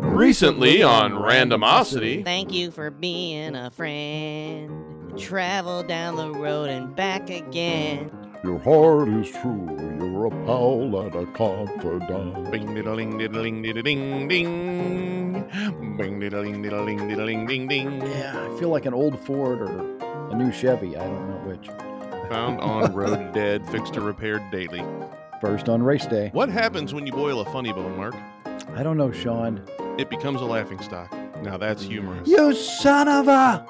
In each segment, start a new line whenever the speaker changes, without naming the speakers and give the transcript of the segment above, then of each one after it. Recently on Randomosity.
Thank you for being a friend. Travel down the road and back again.
Your heart is true, you're a pal and a confidant.
Bing diddling diddling diddling ding. Bing diddling diddling diddling ding ding.
Yeah, I feel like an old Ford or a new Chevy. I don't know which.
Found on road dead, fixed or repaired daily.
First on race day.
What happens when you boil a funny bone, Mark?
I don't know, Sean.
It becomes a laughing stock. Now that's humorous.
You son of a!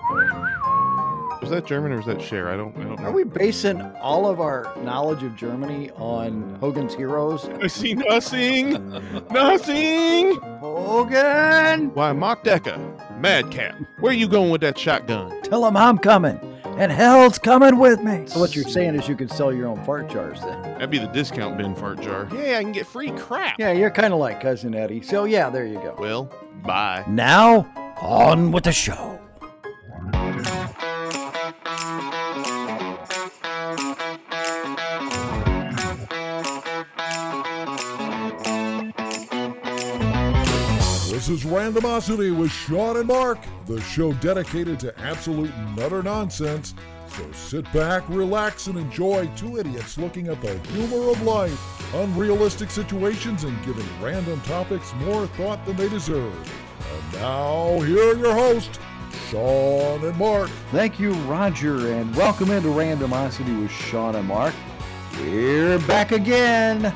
Was that German or was that Cher? I don't. I don't know.
Are we basing all of our knowledge of Germany on Hogan's Heroes?
I see nothing. nothing.
Hogan!
Why, Mock Decker, Madcap, where you going with that shotgun?
Tell him I'm coming, and hell's coming with me. So what you're saying is you can sell your own fart jars then?
That'd be the discount bin fart jar. Yeah, I can get free crap.
Yeah, you're kind of like cousin Eddie. So yeah, there you go.
Well, bye.
Now on with the show.
This is Randomosity with Sean and Mark, the show dedicated to absolute and utter nonsense. So sit back, relax, and enjoy two idiots looking at the humor of life, unrealistic situations, and giving random topics more thought than they deserve. And now, here are your hosts, Sean and Mark.
Thank you, Roger, and welcome into Randomosity with Sean and Mark. We're back again.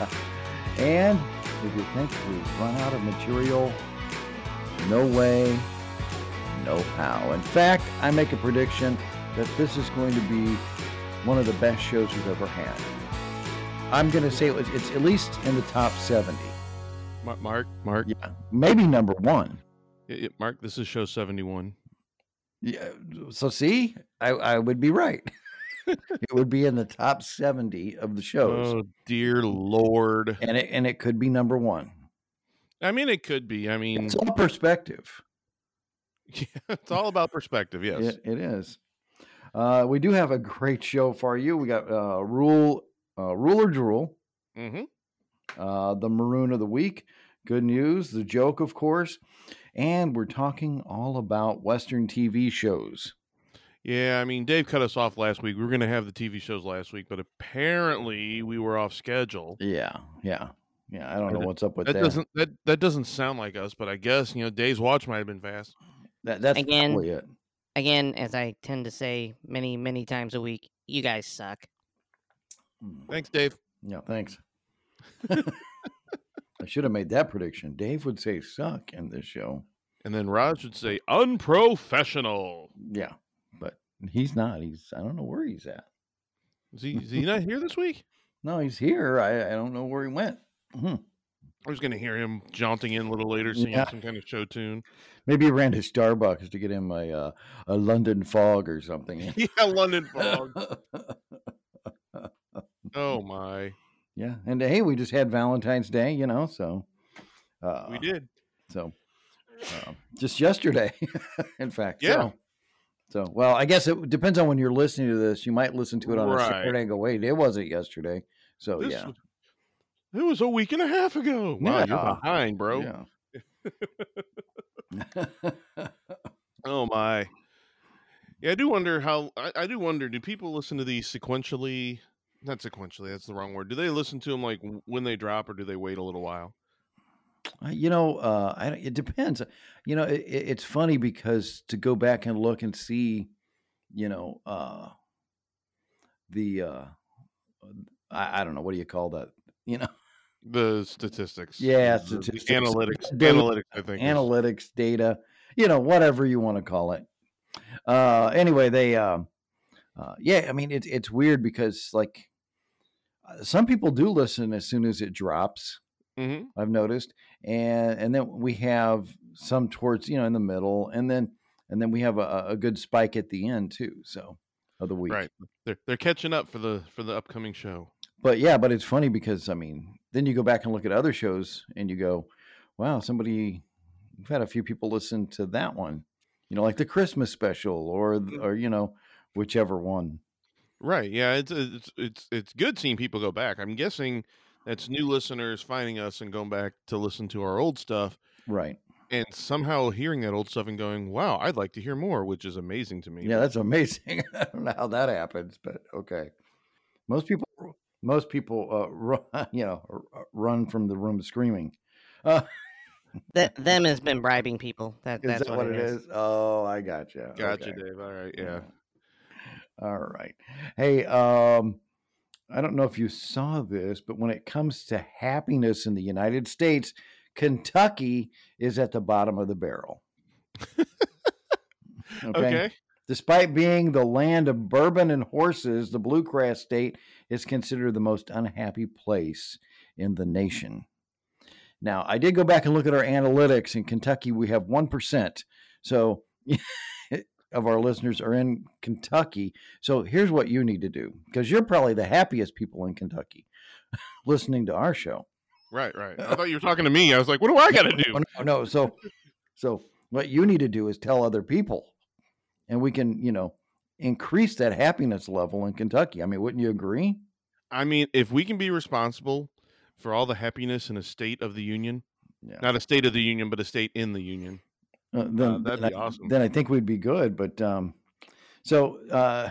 and if you think we've run out of material, no way, no how. In fact, I make a prediction that this is going to be one of the best shows we've ever had. I'm going to say it was, it's at least in the top 70,
Mark, Mark, Mark,
maybe number one.
Yeah, yeah, Mark. This is show seventy-one.
Yeah. So see, I, I would be right. it would be in the top 70 of the shows,
Oh dear lord.
and it and it could be number one.
I mean, it could be. I mean,
It's all perspective.
yeah, it's all about perspective. Yes.
It, it is. Uh, we do have a great show for you. We got uh, rule, uh, rule or drool,
Mm-hmm.
uh, the maroon of the week. Good news, the joke, of course, and we're talking all about Western TV shows.
Yeah, I mean, Dave cut us off last week. We were going to have the TV shows last week, but apparently we were off schedule.
Yeah, yeah, yeah. I don't know
That-
what's up with
That
that.
doesn't that that doesn't sound like us, but I guess you know Dave's watch might have been fast.
that that's
Again.
probably it.
Again, as I tend to say many, many times a week, you guys suck.
Mm,
Thanks, Dave.
Yeah, thanks. I should have made that prediction. Dave would say "suck" in this show.
And then Raj would say unprofessional.
Yeah, but he's not. He's I don't know where he's at.
Is he, is he not here this week?
No, he's here. I, I don't know where he went. Hmm.
I was going to hear him jaunting in a little later, singing
Yeah.
some kind of show tune.
Maybe he ran to Starbucks to get him a uh, a London fog or something.
yeah, London Fog. oh my,
yeah, and hey, we just had Valentine's Day, you know, so uh,
we did.
So uh, just yesterday, in fact.
Yeah.
So, so, well, I guess it depends on when you're listening to this. You might listen to it on
Right.
a Saturday and go, "Wait, it wasn't yesterday." So
This
Oh, yeah,
was- it was a week and a half ago. Wow,
Yeah.
you're behind, bro.
yeah.
Oh my. Yeah, I do wonder how I, I do wonder, do people listen to these sequentially? Not sequentially, that's the wrong word. Do they listen to them like w- when they drop or do they wait a little while?
Uh, You know, uh, I, don't- it depends. You know, it, it- it's funny because to go back and look and see, you know, uh, the uh, I, I don't know what do you call that? You know,
The statistics.
Yeah,
the- the
statistics.
analytics.
Data-
analytics, I think. is-
analytics, data, you know, whatever you want to call it. Uh, anyway, they, um, uh, yeah, I mean, it's it's weird because like uh, some people do listen as soon as it drops.
Mhm.
I've noticed, and and then we have some towards you know in the middle, and then and then we have a, a good spike at the end too. So of the week,
Right. They're they're catching up for the for the upcoming show.
But yeah, but it's funny because I mean, then you go back and look at other shows, and you go, "Wow, somebody, we've had a few people listen to that one." You know, like the Christmas special, or th- or you know, whichever one.
Right. Yeah, it's it's it's it's good seeing people go back. I'm guessing that's new listeners finding us and going back to listen to our old stuff.
Right.
and somehow hearing that old stuff and going, "Wow, I'd like to hear more," which is amazing to me.
Yeah, that's amazing. I don't know how that happens, but okay. Most people, most people, uh, run, you know, r- r- run from the room screaming. Uh,
Th- them has been bribing people. That,
is
that's
that what it is? Oh, I got you.
Gotcha, Dave. All right, yeah.
All right. Hey, um, I don't know if you saw this, but when it comes to happiness in the United States, Kentucky is at the bottom of the barrel.
Okay.
Despite being the land of bourbon and horses, the Bluegrass State is considered the most unhappy place in the nation. Now, I did go back and look at our analytics. In Kentucky, we have 1%. So, of our listeners are in Kentucky. So, here's what you need to do because you're probably the happiest people in Kentucky listening to our show.
Right, right. I thought you were talking to me. I was like, "What do I got to
Oh,
do?"
no, no. So, so what you need to do is tell other people, and we can, you know, increase that happiness level in Kentucky. I mean, wouldn't you agree?
I mean, if we can be responsible for all the happiness in a state of the union,
Yeah.
not a state of the union, but a state in the union.
Uh, then
that'd
then
be
I,
awesome.
Then I think we'd be good. But um, so, uh,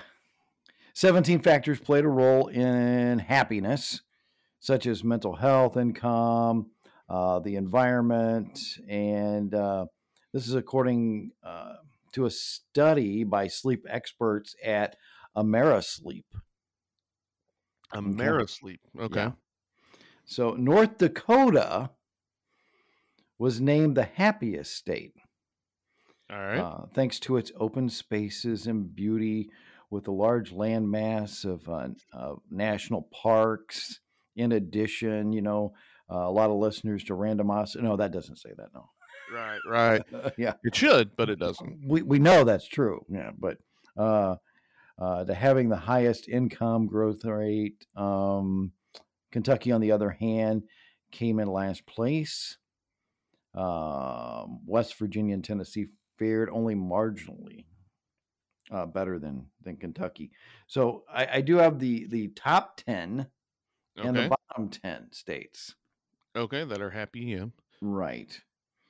seventeen factors played a role in happiness, such as mental health, income, uh, the environment, and uh, this is according uh, to a study by sleep experts at Amerisleep.
Amerisleep. Okay.
Yeah. So North Dakota was named the happiest state,
All right.
uh, thanks to its open spaces and beauty, with a large landmass of uh, uh, national parks. In addition, you know, uh, a lot of listeners to randomosity. No, that doesn't say that. No,
right, right.
yeah,
It should, but it doesn't.
we we know that's true. Yeah, but uh, uh, to having the highest income growth rate, um, Kentucky, on the other hand, came in last place. Um, West Virginia and Tennessee fared only marginally uh, better than than Kentucky. So I, I do have the the top ten and
Okay.
the bottom ten states.
Okay, that are happy. Yeah.
Right.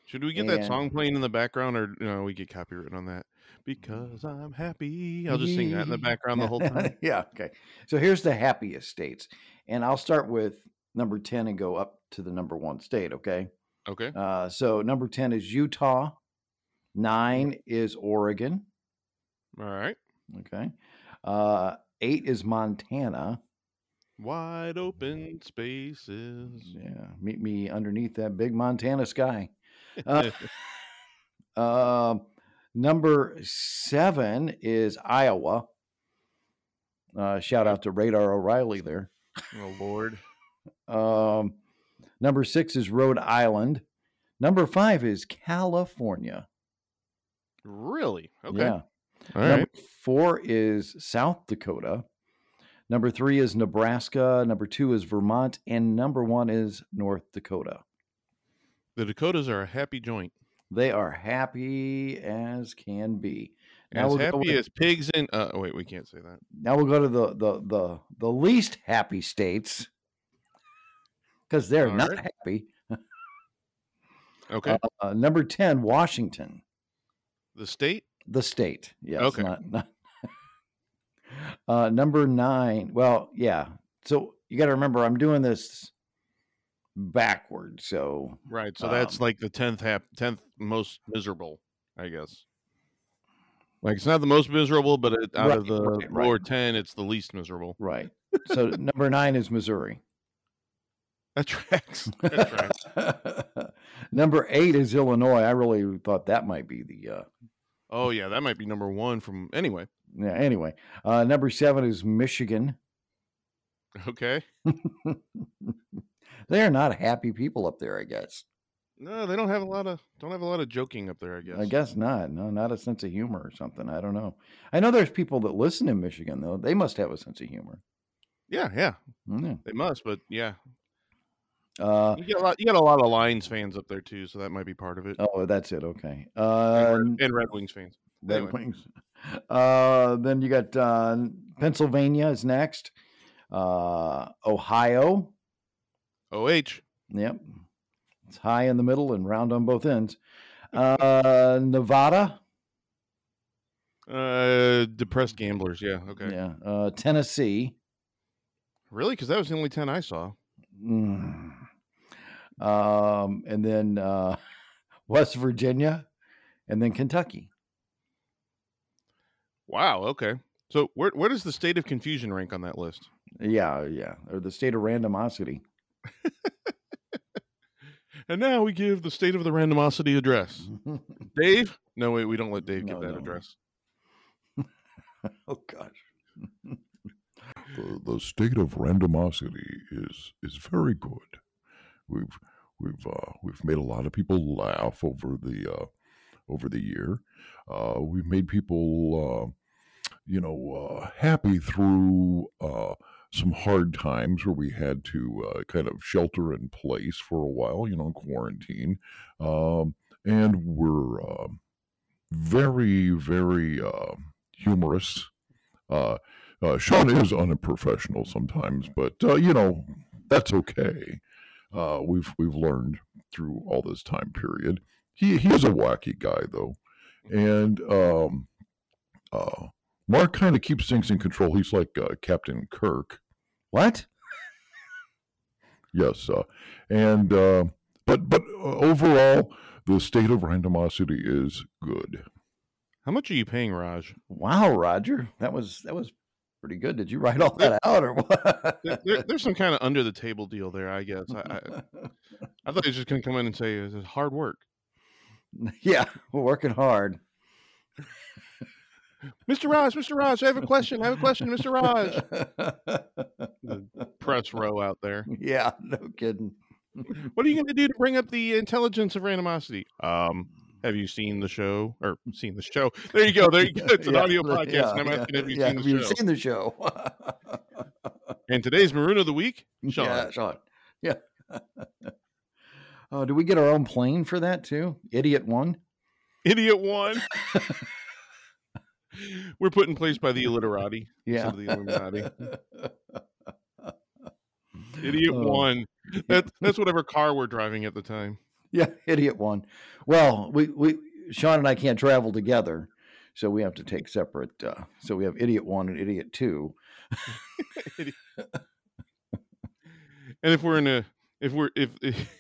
Should we get that
And-
song playing in the background, or no? We get copyrighted on that because I'm happy. I'll just sing that in the background the whole time.
yeah, okay. So here's the happiest states. And I'll start with number 10 and go up to the number one state, okay?
Okay.
Uh, so number 10 is Utah, nine is Oregon,
All right.
okay? Uh, eight is Montana.
Wide open spaces.
Yeah, meet me underneath that big Montana sky. Uh, Um, number seven is Iowa. Uh, shout out to Radar O'Reilly there.
oh Lord.
Um, number six is Rhode Island. Number five is California.
Really? Okay.
Yeah.
All
Number
right.
four is South Dakota. Number three is Nebraska. Number two is Vermont. And number one is North Dakota.
The Dakotas are a happy joint.
They are happy as can be. Now
As
we'll, go
happy
with-
as pigs in. Uh, wait, we can't say that.
now we'll go to the the the, the least happy states because they're
All
not
right.
happy.
Okay.
Uh, number ten, Washington.
the state.
the state. Yes.
Okay.
Not, not uh, number nine. Well, yeah. So you got to remember, I'm doing this backwards. So
Right. So that's
Um,
like the tenth hap tenth most miserable, I guess. Like it's not the most miserable, but it, out of
Right,
the
right, right.
lower ten, it's the least miserable.
right. So number nine is Missouri.
That tracks. That tracks.
number eight is Illinois. I really thought that might be the. Uh,
Oh yeah, that might be number one from anyway.
yeah. Anyway, uh, number seven is Michigan.
Okay.
They are not happy people up there. I guess.
No, they don't have a lot of don't have a lot of joking up there. I guess.
I guess not. No, not a sense of humor or something. I don't know. I know there's people that listen in Michigan though. They must have a sense of humor. Hmm,
Yeah, yeah,
Yeah.
they must. But yeah,
Uh,
you get a lot. You got a lot of Lions fans up there too, so that might be part of it.
oh, that's it. Okay.
And
Uh,
Red- and Red Wings fans.
Red
anyway.
Wings. Uh, then you got uh, Pennsylvania is next. Uh, Ohio.
Oh,
Yep. It's high in the middle and round on both ends. Uh, Nevada.
Uh, depressed gamblers. Yeah. Okay.
Yeah. Uh, Tennessee.
Really? Because that was the only ten I saw.
Mm. Um, and then uh, West Virginia, and then Kentucky.
Wow. Okay. So where where does the state of confusion rank on that list?
Yeah, yeah. Or the state of randomosity.
And now we give the state of the randomosity address. Dave? No, wait. We don't let Dave give
Mm-hmm. No,
that
no.
address.
oh gosh.
The, the state of randomosity is is very good. We've we've uh, we've made a lot of people laugh over the uh, over the year. Uh, we've made people uh, you know uh, happy through uh, some hard times where we had to uh, kind of shelter in place for a while, you know, quarantine, um, and we're um very very uh, humorous. Uh, uh, Sean is unprofessional sometimes, but uh, you know that's okay. Uh, we've we've learned through all this time period. He he is a wacky guy though, and um, uh, Mark kind of keeps things in control. He's like uh, Captain Kirk.
What?
Yes, uh, and uh, but but uh, overall, the state of randomosity is good.
How much are you paying, Raj?
Wow, Roger. That was that was pretty good. Did you write all that out
There,
or what?
there- there's some kind of under the table deal there, I guess. I, I, I thought he was just going to come in and say it's hard work.
yeah, we're working hard.
Mr. Raj, Mr. Raj, I have a question. I have a question, Mr. Raj. Press row out there.
yeah, no kidding.
What are you going to do to bring up the intelligence of randomosity? Um, have you seen the show or seen the show? There you go. Oh, There you go. It's an
Yeah,
audio
yeah,
podcast. and I'm
yeah,
asking, have you
yeah,
seen
have
the
you
show?
seen the show?
and today's Maroon of the Week, Sean.
Yeah, Sean. Yeah. Oh, do we get our own plane for that too? Idiot one.
Idiot one. We're put in place by the illiterati.
Yeah.
Some of the Illuminati. Idiot
Oh.
one. That's that's whatever car we're driving at the time.
Yeah, idiot one. Well, we we Sean and I can't travel together, so we have to take separate. Uh, so we have idiot one and idiot two.
And if we're in a if we're if, if-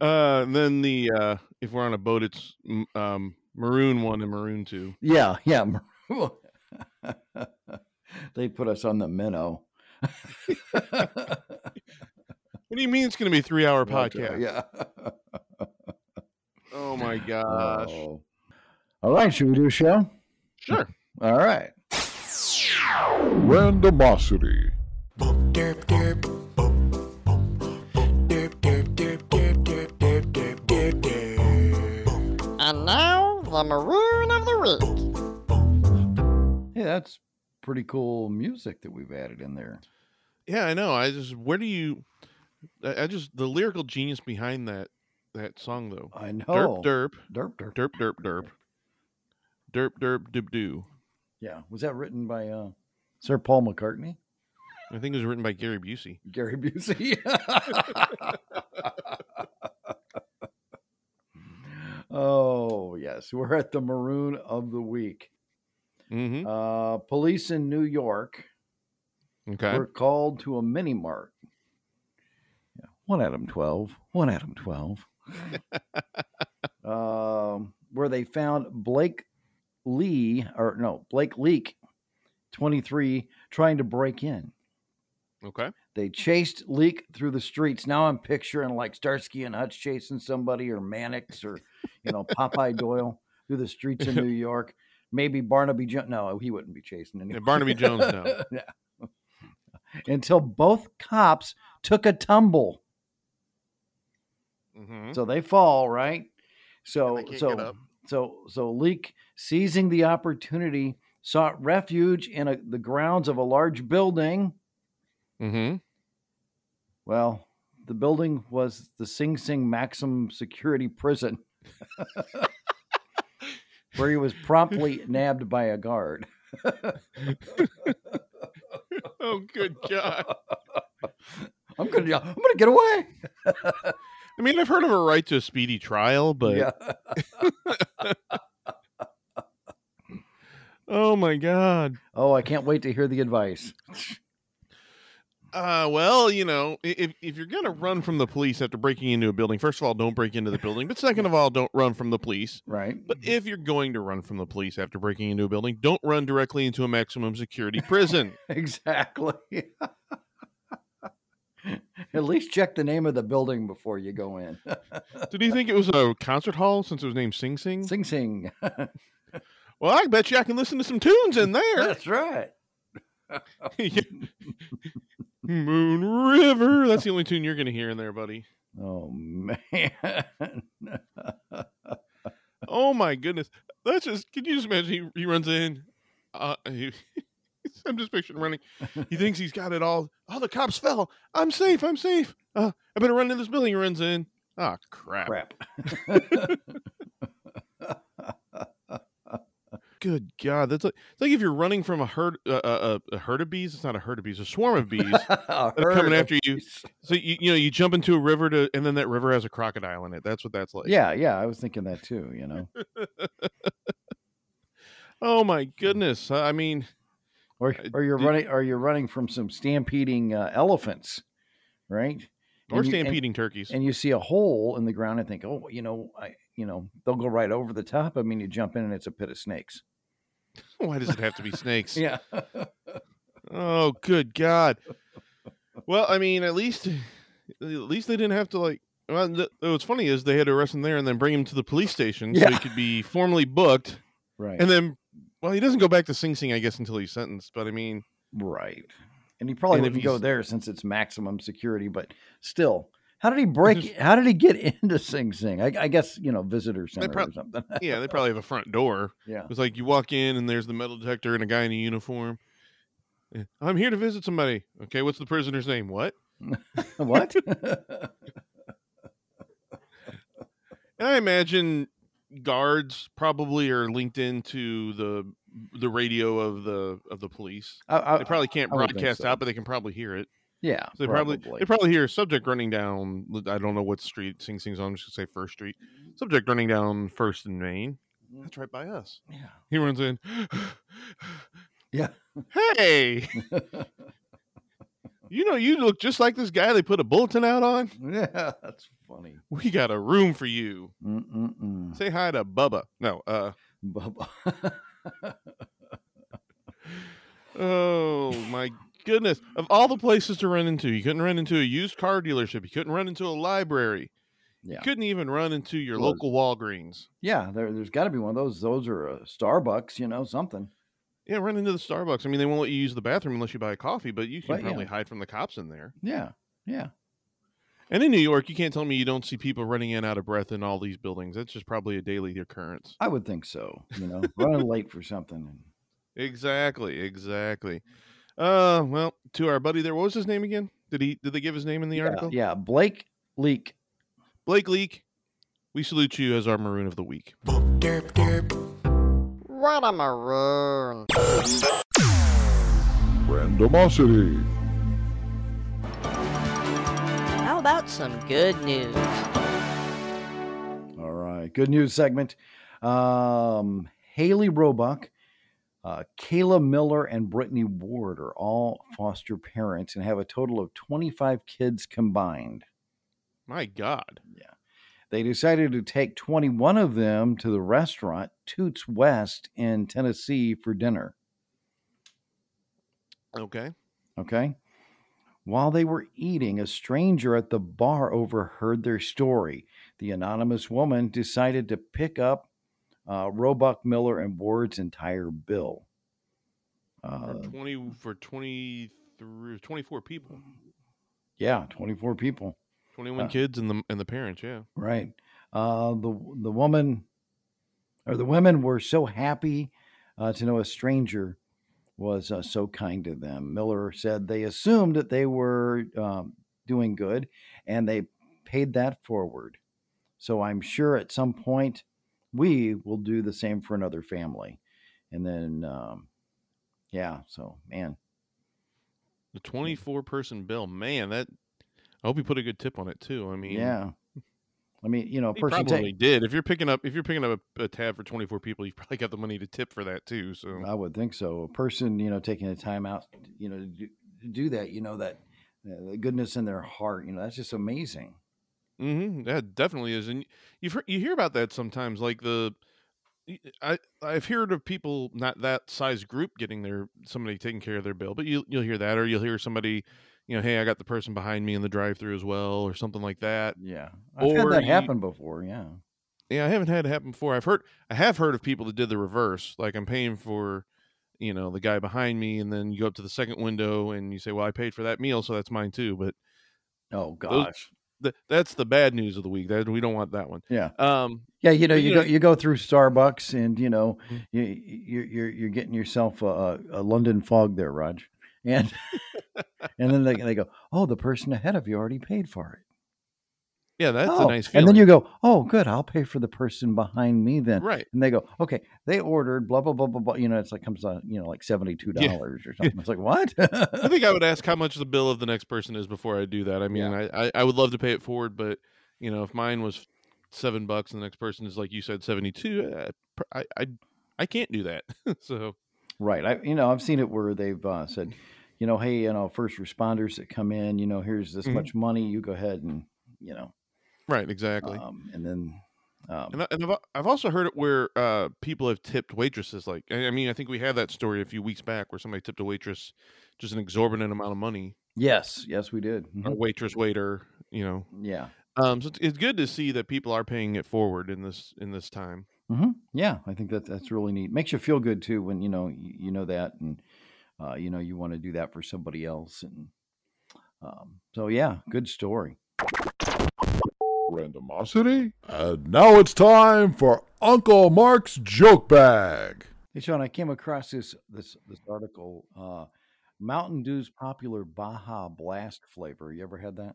uh then the uh if we're on a boat it's mm, um maroon one and maroon two.
Yeah, yeah. they put us on the minnow.
What do you mean it's gonna be a three hour
Roger,
podcast?
Yeah.
Oh my gosh.
Oh. All right, should we do a show?
Sure.
All right.
Randomosity.
And now, the maroon of the week.
Hey, that's pretty cool music that we've added in there.
Yeah, I know. I just where do you I, I just the lyrical genius behind that that song though.
I know.
Derp derp
derp, derp.
derp derp derp. Derp derp dip doo.
Yeah. Was that written by uh, Sir Paul McCartney?
I think it was written by Gary Busey.
Gary Busey. oh, yes. We're at the Maroon of the Week.
hmm
Uh, police in New York
Okay.
were called to a mini mart. Yeah, one Adam 12, one Adam 12. um, where they found Blake Lee, or no, Blake Leak, 23, trying to break in.
Okay.
They chased Leak through the streets. Now I'm picturing like Starsky and Hutch chasing somebody or Mannix or, you know, Popeye Doyle through the streets of New York. Maybe Barnaby Jones. No, he wouldn't be chasing
Yeah,
anyone.
Barnaby Jones now.
yeah. Until both cops took a tumble.
hmm
So they fall, right? So
they can't get
so
up.
so so Leak seizing the opportunity sought refuge in a, the grounds of a large building.
hmm
Well, the building was the Sing Sing Maximum Security Prison, where he was promptly nabbed by a guard.
Oh, good God.
I'm gonna, I'm gonna get away.
I mean, I've heard of a right to a speedy trial, but
yeah.
oh my god.
Oh, I can't wait to hear the advice.
Uh, well, you know, i- if if you're gonna run from the police after breaking into a building, first of all, don't break into the building. But second of all, don't run from the police.
Right.
But if you're going to run from the police after breaking into a building, don't run directly into a maximum security prison.
Exactly. At least check the name of the building before you go in.
Mm-hmm. Did you think it was a concert hall since it was named Sing Sing?
Sing Sing.
Well, I bet you I can listen to some tunes in there.
right.
Yeah. Moon River. That's the only tune you're going to hear in there, buddy.
Oh man.
Oh my goodness. That's just. Can you just imagine? He, he runs in. Uh, he- I'm just picturing running. He thinks he's got it all. Oh, the cops fell. I'm safe. I'm safe. Uh, I better run into this building. He runs in. Oh crap.
Crap.
Good God. That's like it's like if you're running from a herd uh, uh, a herd of bees. It's not a herd of bees. A swarm of bees.
They're
coming after you. So you you know you jump into a river to and then that river has a crocodile in it. That's what that's like.
Yeah, yeah, I was thinking that too, you know.
Oh my goodness. I mean,
Or
Uh,
or you're
did-
running or you're running from some stampeding uh, elephants, right?
or
And you- and-
stampeding turkeys.
and you see a hole in the ground and think, oh, you know, I, you know, they'll go right over the top. I mean, you jump in and it's a pit of snakes.
Why does it have to be snakes?
Yeah.
Oh good God. Well, I mean, at least at least they didn't have to like. Well, th- what's funny is they had to arrest him there and then bring him to the police station so he
Yeah.
could be formally booked.
right.
And then, well, he doesn't go back to Sing Sing, I guess, until he's sentenced. But I mean,
right. And he probably
And if
wouldn't go
he's-
there since it's maximum security, but still, how did he break? How did he get into Sing Sing? I, I guess you know, visitor center
prob-
or something.
yeah, they probably have a front door.
yeah.
It's like you walk in and there's the metal detector and a guy in a uniform. Eh, I'm here to visit somebody. Okay, what's the prisoner's name? What?
what?
And I imagine guards probably are linked into the the radio of the of the police.
I, I,
They probably can't
I would think
broadcast
so.
out, but they can probably hear it.
yeah.
So they probably, they probably hear subject running down. I don't know what street Sing Sing's on. I'm just gonna say First Street. Subject running down First and Main.
Mm-hmm.
That's right by us.
Yeah.
He runs in.
Yeah.
Hey. you know, you look just like this guy they put a bulletin out on.
Yeah. That's funny.
We got a room for you.
Mm-mm-mm.
Say hi to Bubba. No, uh
Bubba.
oh my goodness. Of all the places to run into, you couldn't run into a used car dealership. You couldn't run into a library.
Yeah.
You couldn't even run into your
Well-
local Walgreens.
yeah. There, there's got to be one of those. Those are uh, Starbucks, you know, something.
Yeah, run into the Starbucks. I mean, they won't let you use the bathroom unless you buy a coffee, but you can
Right, yeah.
probably hide from the cops in there.
Yeah. Yeah.
And in New York, you can't tell me you don't see people running in out of breath in all these buildings. That's just probably a daily occurrence.
I would think so. You know, running late for something. And
Exactly, exactly. Uh, well, to our buddy there, what was his name again? Did he did they give his name in the
yeah,
article?
yeah, Blake Leak.
Blake Leak. We salute you as our maroon of the week.
What a maroon.
Randomosity.
How about some good news?
All right, good news segment. Um, Haley Roebuck, uh, Kayla Miller, and Brittany Ward are all foster parents and have a total of 25 kids combined.
My God.
They decided to take 21 of them to the restaurant Toots West in Tennessee for dinner.
Okay.
Okay. While they were eating, a stranger at the bar overheard their story. The anonymous woman decided to pick up uh, Roebuck Miller and Ward's entire bill.
For
Uh,
twenty for 23, 24 people,
yeah, 24 people.
twenty one
Uh,
kids and the and the parents. Yeah.
Right. Uh, the, the woman or the women were so happy uh, to know a stranger was uh, so kind to them. Miller said they assumed that they were um, doing good and they paid that forward. So I'm sure at some point we will do the same for another family. And then, um, yeah, so man,
The twenty four person bill. Man, that. I hope you put a good tip on it too. I mean,
yeah, I mean, you know, a
He
person
probably
take,
did. If you're picking up, if you're picking up a, a tab for 24 people, you've probably got the money to tip for that too. So
I would think so. A person, you know, taking the time out, you know, to do, to do that, you know, that uh, the goodness in their heart, you know, that's just amazing.
hmm that definitely is, and you've heard, you hear about that sometimes. Like the, I I've heard of people not that size group getting their somebody taking care of their bill, but you you'll hear that, or you'll hear somebody, you know, hey, I got the person behind me in the drive-through as well, or something like that.
Yeah. I've had
Or
that
you-
happen before. Yeah.
Yeah, I haven't had it happen before. I've heard I have heard of people that did the reverse. Like I'm paying for, you know, the guy behind me, and then you go up to the second window and you say, well, I paid for that meal, so that's mine too. But
Oh, gosh.
th- that's the bad news of the week. That we don't want that one.
Yeah.
Um.
Yeah, you know,
But,
you
you
go
know-
you go through Starbucks, and you know,
Mhm.
you you you're you're getting yourself a, a London fog there, Raj, and and then they, they go, oh, the person ahead of you already paid for it.
Yeah, that's
oh.
a nice
and
feeling.
then you go, oh, good, I'll pay for the person behind me then.
right.
And they go, okay, they ordered blah blah blah blah blah. You know, it's like comes on, you know, like seventy two dollars or something. It's like what?
I think I would ask how much the bill of the next person is before I do that. I mean, I, I I would love to pay it forward, but you know, if mine was seven bucks and the next person is like you said seventy two, I, I I can't do that. so
Right. I, you know, I've seen it where they've uh, said, you know, hey, you know, first responders that come in, you know, here's this
Mhm.
much money. You go ahead and, you know,
right, exactly.
um, and then, um,
and, I, and I've, al- I've also heard it where uh, people have tipped waitresses. Like, I I mean, I think we had that story a few weeks back where somebody tipped a waitress just an exorbitant amount of money,
yes, yes, we did. Mhm.
or waitress, waiter, you know.
Yeah.
Um, so it's, it's good to see that people are paying it forward in this in this time.
hmm Yeah. I think that that's really neat. Makes you feel good too when, you know, you, you know that and, uh, you know, you want to do that for somebody else. And um, so, yeah, good story.
Randomosity? And now it's time for Uncle Mark's Joke Bag.
Hey, Sean, I came across this, this, this article, uh, Mountain Dew's popular Baja Blast flavor. You ever had that?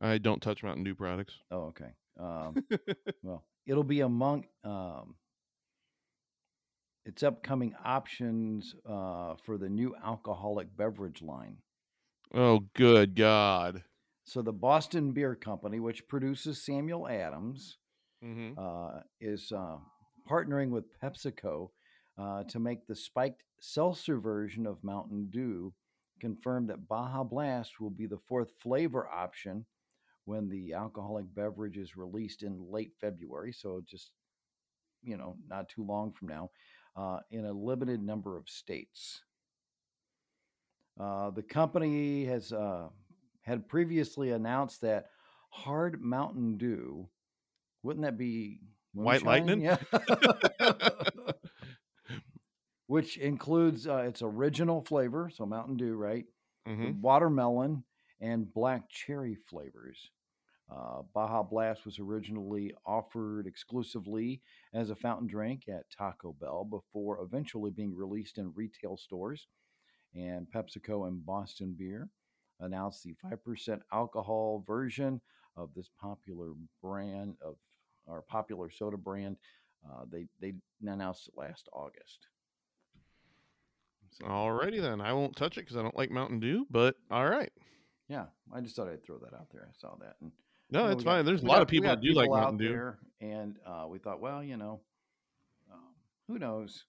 I don't touch Mountain Dew products.
Oh, okay. Um, well, it'll be among um, its upcoming options uh, for the new alcoholic beverage line.
Oh, good God.
So, the Boston Beer Company, which produces Samuel Adams,
Mm-hmm.
uh, is uh, partnering with PepsiCo uh, to make the spiked seltzer version of Mountain Dew. Confirmed that Baja Blast will be the fourth flavor option when the alcoholic beverage is released in late February. So just you know, not too long from now, uh, in a limited number of states. Uh, the company has uh, had previously announced that hard Mountain Dew, wouldn't that be
White
moonshine?
Lightning?
Yeah. Which includes uh, its original flavor, so Mountain Dew, right? the
Mm-hmm.
watermelon and black cherry flavors. Uh, Baja Blast was originally offered exclusively as a fountain drink at Taco Bell before eventually being released in retail stores. And PepsiCo and Boston Beer announced the 5% alcohol version of this popular brand of our popular soda brand. Uh, they, they announced it last August. So,
Alrighty then. I won't touch it because I don't like Mountain Dew, but all right.
yeah, I just thought I'd throw that out there. I saw that. And
No,
you know,
that's
we got-
fine. There's a
we
lot
got-
of
we
people
got
that do like
people out
Mountain Dew.
there, and uh, we thought, well, you know, um, who knows?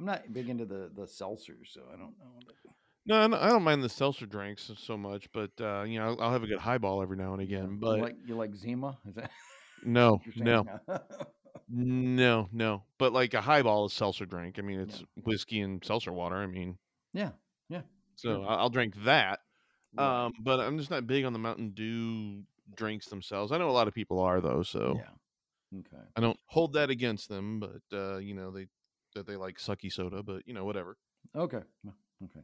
I'm not big into the the seltzers, so I don't know. but-
No, I don't- I don't mind the seltzer drinks so much, but uh, you know, I'll, I'll have a good highball every now and
yeah,
again.
you
But
like you like Zima? Is that
no,
what you're saying?
no, no, no. But like a highball is seltzer drink. I mean, it's whiskey and seltzer water. I mean,
yeah.
so
Sure.
I- I'll drink that.
right,
Um, but I'm just not big on the Mountain Dew drinks themselves. I know a lot of people are though, so
yeah. Okay.
I don't hold that against them. But uh, you know, they that they like sucky soda, but you know, whatever.
Okay. no, Okay.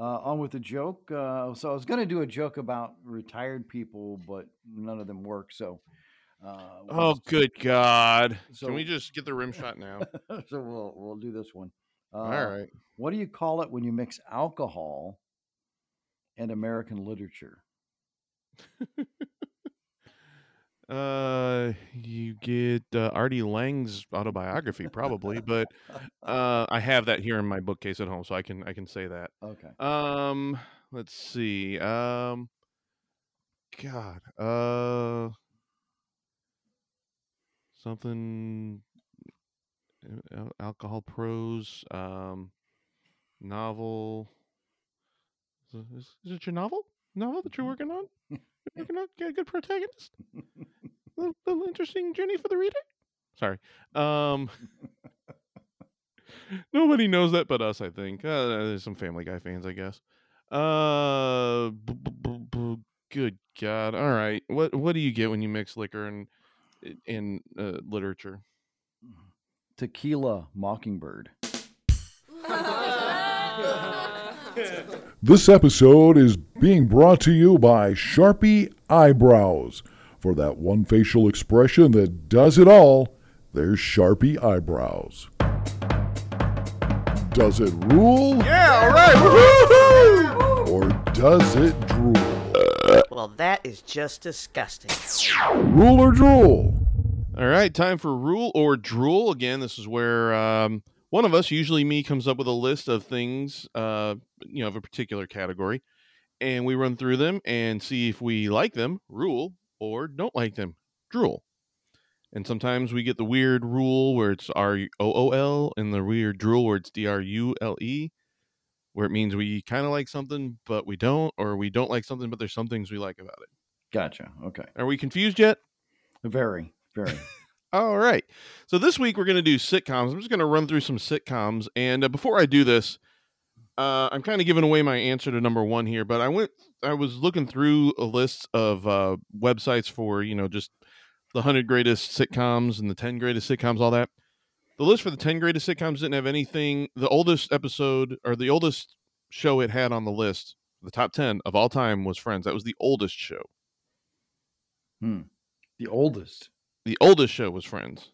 Uh, on with the joke. Uh, so I was going to do a joke about retired people, but none of them work. So. Uh, we'll
Oh,
just-
good God!
So-
Can we just get the rim shot now?
so we'll we'll do this one. Uh,
All right.
What do you call it when you mix alcohol and American literature?
Uh, you get uh, Artie Lang's autobiography probably, but uh, I have that here in my bookcase at home, so I can I can say that.
Okay.
Um, let's see. Um, God. Uh, something uh, al- alcohol prose um novel is, is- is it your novel novel that you're working on You're working on get a good protagonist little, little interesting journey for the reader sorry um nobody knows that but us i think uh, there's some family guy fans i guess uh b- b- b- b- good god all right what what do you get when you mix liquor and in uh, literature.
Tequila Mockingbird.
This episode is being brought to you by Sharpie Eyebrows. For that one facial expression that does it all, there's Sharpie Eyebrows. Does it rule? Yeah, all right. Or does it drool?
Well, that is just disgusting.
Rule or drool?
All right, time for rule or drool again. This is where um, one of us, usually me, comes up with a list of things, uh, you know, of a particular category, and we run through them and see if we like them, rule, or don't like them, drool. And sometimes we get the weird rule where it's R O O L, and the weird drool where it's D R U L E, where it means we kind of like something but we don't, or we don't like something but there's some things we like about it.
Gotcha. Okay.
Are we confused yet?
Very, very.
All right. So this week we're going to do sitcoms. I'm just going to run through some sitcoms. And uh, before I do this, uh, I'm kind of giving away my answer to number one here, but I went, I was looking through a list of uh, websites for, you know, just the 100 greatest sitcoms and the 10 greatest sitcoms, all that. The list for the 10 greatest sitcoms didn't have anything. The oldest episode or the oldest show it had on the list, the top 10 of all time was Friends. That was the oldest show.
the oldest.
the oldest show was Friends.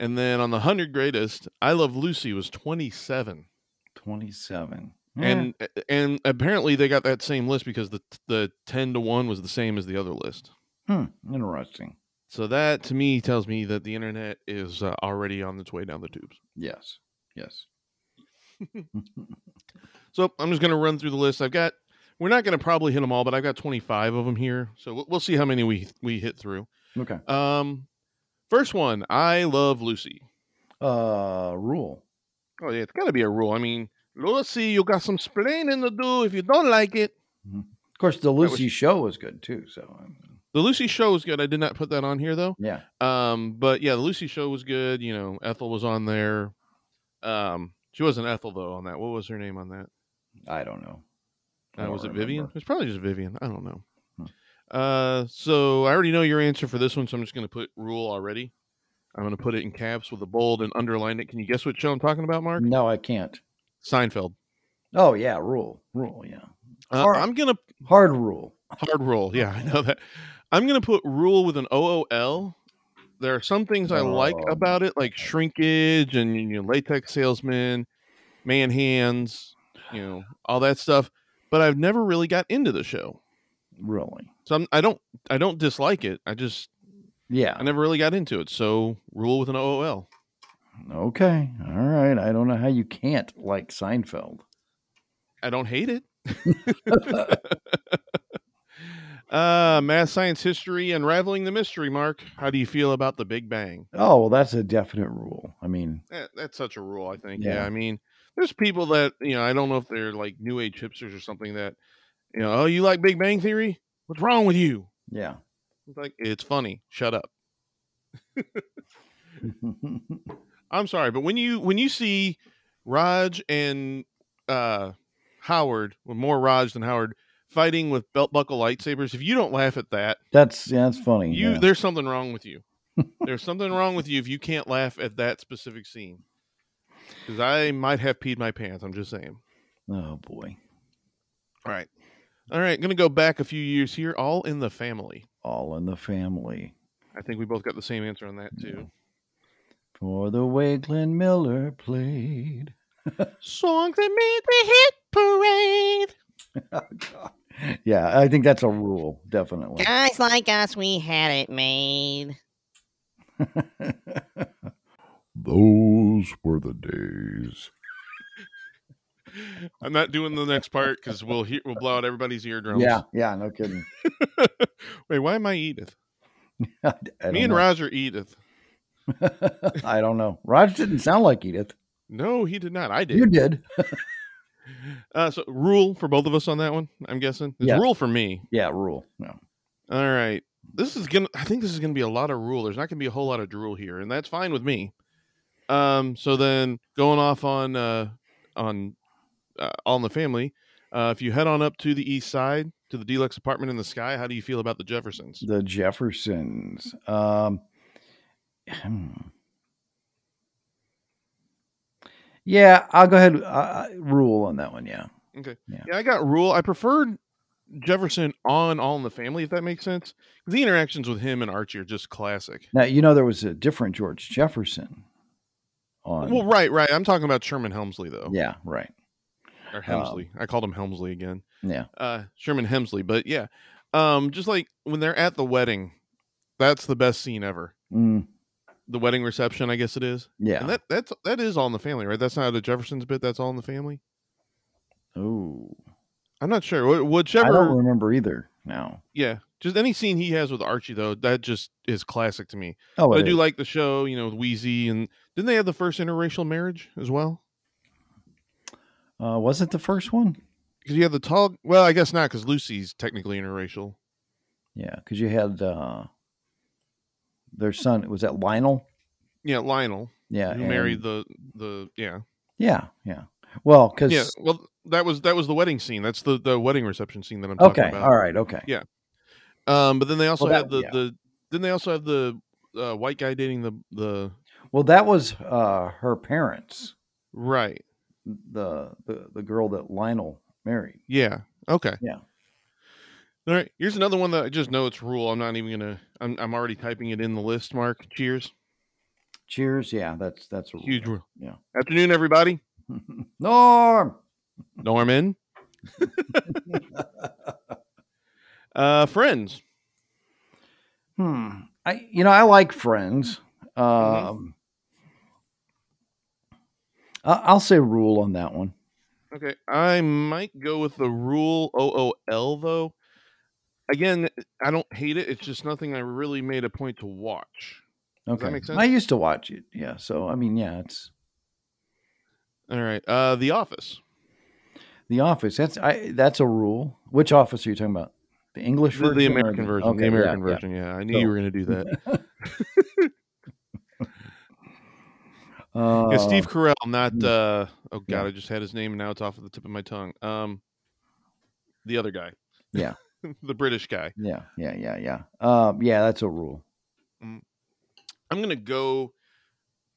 And then on the 100 greatest, I Love Lucy was 27.
27.
And and apparently they got that same list because the the 10 to 1 was the same as the other list.
Eh, hmm, interesting.
So that to me tells me that the internet is uh, already on its way down the tubes.
Yes. Yes.
So I'm just going to run through the list. I've got we're not going to probably hit them all, but I've got 25 of them here. So we'll, we'll see how many we we hit through.
Okay.
Um first one, I Love Lucy.
Uh rule.
Oh, yeah, it's got to be a rule. I mean, Lucy, you got some splaining to do if you don't like it.
Of course the
was-
Lucy show was good too, so um,
The Lucy show was good. I did not put that on here though.
yeah.
Um, but yeah, the Lucy show was good. You know, Ethel was on there. Um, she wasn't Ethel though on that. What was her name on that?
I don't know. I
Uh,
don't
was it Vivian?
remember.
It's probably just Vivian. I don't know.
Hmm.
Uh, so I already know your answer for this one, so I'm just gonna put rule already. I'm gonna put it in caps with a bold and underline it. Can you guess what show I'm talking about, Mark?
No, I can't.
Seinfeld.
Oh yeah, rule. Rule, yeah.
Uh,
Hard.
I'm gonna
Hard rule.
hard rule. Yeah, I know that. I'm gonna put rule with an O O L. There are some things I like
Oh.
about it, like shrinkage and you know, latex salesman, man hands, you know, all that stuff. But I've never really got into the show,
Really.
so I'm, I don't. I don't dislike it. I just
Yeah.
I never really got into it. So rule with an O O L.
Okay. All right. I don't know how you can't like Seinfeld.
I don't hate it. uh, math, science, history, unraveling the mystery. Mark, how do you feel about the Big Bang?
Oh, well, that's a definite rule. I mean,
that, that's such a rule i think yeah.
Yeah.
i mean there's people that you know i don't know if they're like new age hipsters or something that you know oh you like big bang theory what's wrong with you
yeah.
it's like it's funny shut up i'm sorry but when you when you see raj and uh howard well, more raj than howard fighting with belt buckle lightsabers if you don't laugh at that
that's yeah, that's funny.
you
yeah.
there's something wrong with you there's something wrong with you if you can't laugh at that specific scene because i might have peed my pants i'm just saying
Oh boy.
All right. All right. Going to go back a few years here. All in the family.
All in the family.
I think we both got the same answer on that, too.
For the way Glenn Miller played.
Songs that made the hit parade.
Yeah, I think that's a rule, definitely.
Guys like us, we had it made.
Those were the days.
I'm not doing the next part because we'll hear, we'll blow out everybody's eardrums.
yeah, yeah, no kidding.
Wait, why am I Edith?
I don't
Me and
know.
Roger Edith.
I don't know. Raj didn't sound like Edith.
No, he did not. I did.
You did.
Uh, so rule for both of us on that one. I'm guessing it's
Yeah.
rule for me.
Yeah, rule. No.
All right. This is gonna. I think this is gonna be a lot of rule. There's not gonna be a whole lot of drool here, and that's fine with me. Um. So then going off on uh on uh, all in the family. Uh, if you head on up to the east side to the deluxe apartment in the sky, how do you feel about the Jeffersons?
The Jeffersons. Um, hmm. yeah, I'll go ahead. Uh, uh, rule on that one. Yeah.
Yeah, I got rule. I preferred Jefferson on All in the Family, if that makes sense. 'Cause The interactions with him and Archie are just classic.
Now you know there was a different George Jefferson. On.
Well, right, right. I'm talking about Sherman Helmsley though,
yeah. Right.
or Hemsley. I called him Helmsley again.
Um, Yeah.
Uh, Sherman Hemsley, but yeah, um, just like when they're at the wedding, that's the best scene ever.
Mm,
The wedding reception, I guess it is.
yeah.
And that that's that is All in the Family, right? That's not a Jefferson's bit. That's All in the Family.
oh,
I'm not sure. Wh-
I
Whichever.
don't remember either. Now.
yeah, just any scene he has with Archie though, that just is classic to me.
Oh,
But I
it
do
is.
like the show, you know, with Wheezy and didn't they have the first interracial marriage as well?
uh, was it the first one?
Because you had the tall. Well, I guess not, because Lucy's technically interracial.
Yeah, because you had uh, their son. Was that Lionel?
Yeah, Lionel
Yeah,
who
and-
married the the yeah
Yeah, yeah. Well, because
yeah. Well, that was that was the wedding scene. That's the the wedding reception scene that I'm talking
okay,
about.
all right, okay.
Yeah. Um, but then they also
Well,
had
that-
the
yeah.
the then they also have the uh, white guy dating the the
Well, that was uh, her parents,
right.
the, the the girl that Lionel married.
Yeah. Okay.
Yeah.
All right. Here's another one that I just know it's rule. I'm not even gonna. I'm I'm already typing it in the list. Mark. Cheers.
Cheers. Yeah, that's that's a
Huge rule.
Yeah.
Afternoon, everybody.
Norm.
Norman. uh, friends.
Hmm. I you know I like Friends. Um,
Mm-hmm.
I- I'll say rule on that one.
Okay, I might go with the rule OOL though. Again, I don't hate it. It's just nothing I really made a point to watch.
Okay.
make sense?
I used to watch it. Yeah. So I mean, yeah, it's
All right. Uh, The Office.
The Office. That's I. That's a rule. Which Office are you talking about? The English
The,
version,
the
or
American version.
okay,
the
yeah,
American
yeah.
version. Yeah. I knew you
So-
were going to do that.
Uh,
Yeah, Steve Carell, not.
hmm.
Uh, oh, God.
Yeah.
I just had his name and now it's off of the tip of my tongue. Um, The other guy.
Yeah.
the British guy.
Yeah, yeah, yeah, yeah. Um, yeah, that's a rule.
I'm gonna go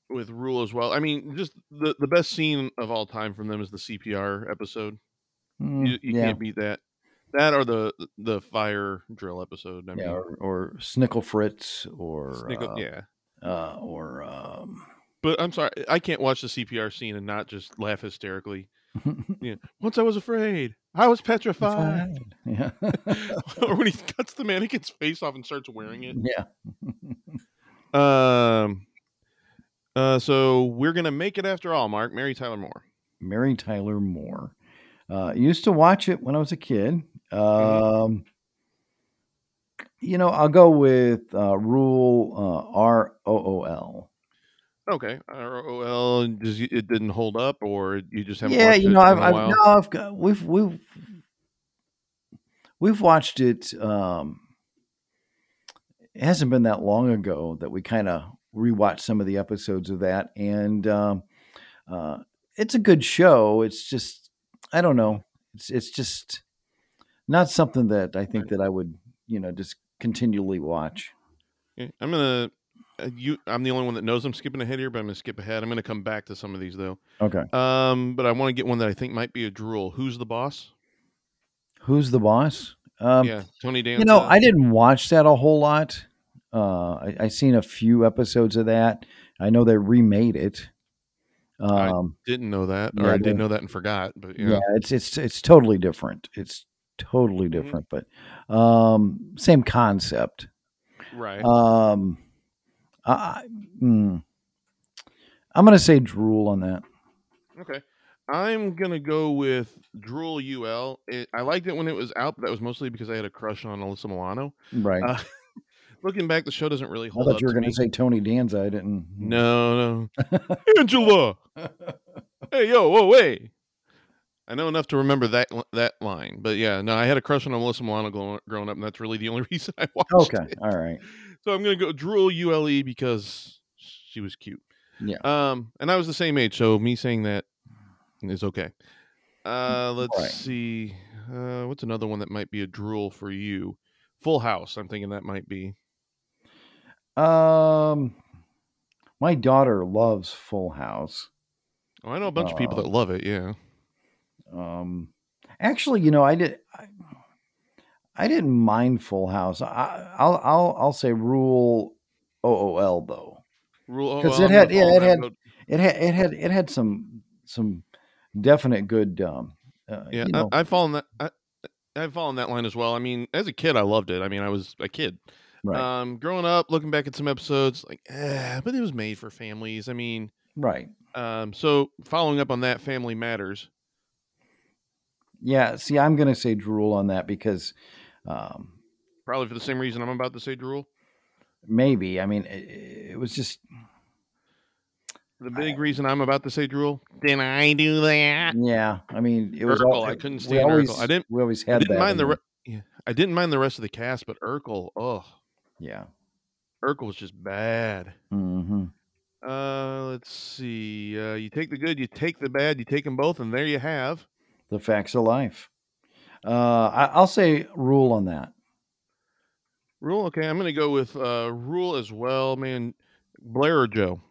with Rule as well. I mean, just the the best scene of all time from them is the CPR episode.
Mm,
You, you
yeah,
can't beat that. That or the the fire drill episode. I mean,
yeah, or, or Snickle Fritz, or
Snickle-
uh,
yeah.
uh, or um,
But I'm sorry, I can't watch the CPR scene and not just laugh hysterically. Yeah. Once I was afraid, I was petrified.
yeah,
or when he cuts the mannequin's face off and starts wearing it.
yeah. Mm.
Um. Uh. So we're gonna make it after all, Mark. Mary Tyler Moore.
Mary Tyler Moore. Uh, used to watch it when I was a kid.
Mm-hmm.
Um, you know, I'll go with uh, Rule uh, R O O L.
Okay. R O L. Uh, Does you- it didn't hold up, or you just haven't?
yeah,
watched
you
it
know, I've,
in a
I've,
while?
no, I've got, we've we've we've watched it. Um, it hasn't been that long ago that we kind of rewatched some of the episodes of that, and um, uh, it's a good show. It's just I don't know. It's it's just not something that I think that I would you know just continually watch.
Okay, I'm gonna. Uh, you, I'm the only one that knows I'm skipping ahead here, but I'm gonna skip ahead. I'm gonna come back to some of these though.
Okay,
Um, but I want to get one that I think might be a drool. Who's the boss?
who's the boss? Um,
yeah, Tony Danza.
you know i didn't watch that a whole lot uh i, I seen a few episodes of that i know they remade it
I-
um
didn't know that, or
Yeah, I
I didn't
didn't.
know that and forgot. But
yeah.
yeah,
it's it's it's totally different it's totally
Mm-hmm.
different but um same concept
right.
um i, I mm, i'm gonna say drool on that
okay. I'm gonna go with Drool UL. It, I liked it when it was out, but that was mostly because I had a crush on Alyssa Milano.
right
Uh, looking back, the show doesn't really
I
hold
thought
up.
you were
to
going to
me.
say Tony Danza. I didn't. hmm.
No, no. Angela. hey, yo, whoa, hey. I know enough to remember that li- that line, but yeah, no, I had a crush on Melissa Milano gl- growing up, and that's really the only reason I watched
Okay.
it.
All right.
So I'm gonna go drool ULE because she was cute.
Yeah.
Um, and I was the same age, so me saying that is okay. Uh, let's
Mm, Right.
see. Uh, what's another one that might be a drool for you? Full House. I'm thinking that might be.
Um, my daughter loves Full House.
Oh, I know a bunch of people
Uh,
that love it. Yeah.
Um, actually, you know, I did. I, I didn't mind Full House. I, I'll I'll I'll say Rule OOL though.
Rule. oh,
'Cause
well,
it
I'm
had-
gonna
yeah,
follow
it
that
had-
vote.
It had it had it had some some definite good. Um, uh,
Yeah,
you know,
I, I've fallen that. I, I've fallen that line as well. I mean, as a kid, I loved it. I mean, I was a kid.
right,
Um, growing up, looking back at some episodes, like, eh, but it was made for families. I mean,
right.
um, so following up on that, Family Matters.
Yeah. See, I'm going to say drool on that because um,
Probably for the same reason I'm about to say drool.
maybe. I mean, it, it was just
The big reason I'm about to say drool. Did I do that?
yeah. I mean, it was.
Urkel, I couldn't
we
stand Urkel.
always,
I didn't-
We always had
I didn't
that. in
mind the.
there.
Re- yeah, I didn't mind the rest of the cast, but Urkel. Oh,
yeah.
Urkel was just bad.
hmm
Uh, let's see. Uh, you take the good, you take the bad, you take them both, and there you have.
The facts of life. Uh, I, I'll say rule on that.
Rule. Okay, I'm gonna go with uh, Rule as well, man. Blair or Joe?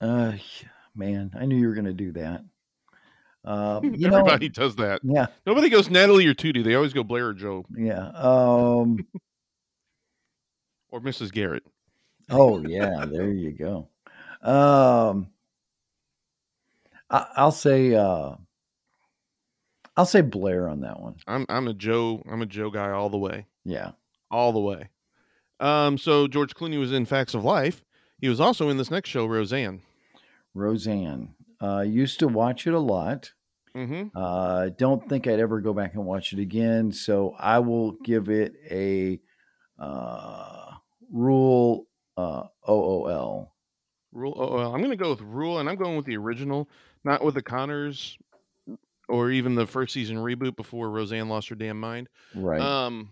Uh, yeah, man, I knew you were going to do that. Um, you
Everybody does that.
know, yeah,
Nobody goes Natalie or Tootie. They always go Blair or Joe
yeah. Um,
or Mrs. Garrett.
oh yeah, there you go. Um, I, I'll say, uh, I'll say Blair on that one.
I'm I'm a Joe. I'm a Joe guy all the way,
Yeah.
all the way. Um, so George Clooney was in Facts of Life. He was also in this next show, Roseanne.
Roseanne. Uh, used to watch it a lot.
Mm-hmm.
Uh, don't think I'd ever go back and watch it again. So I will give it a uh, rule uh, OOL.
Rule. Oh, well, I'm going to go with Rule, and I'm going with the original, not with the Connors or even the first season reboot before Roseanne lost her damn mind.
Right.
Um,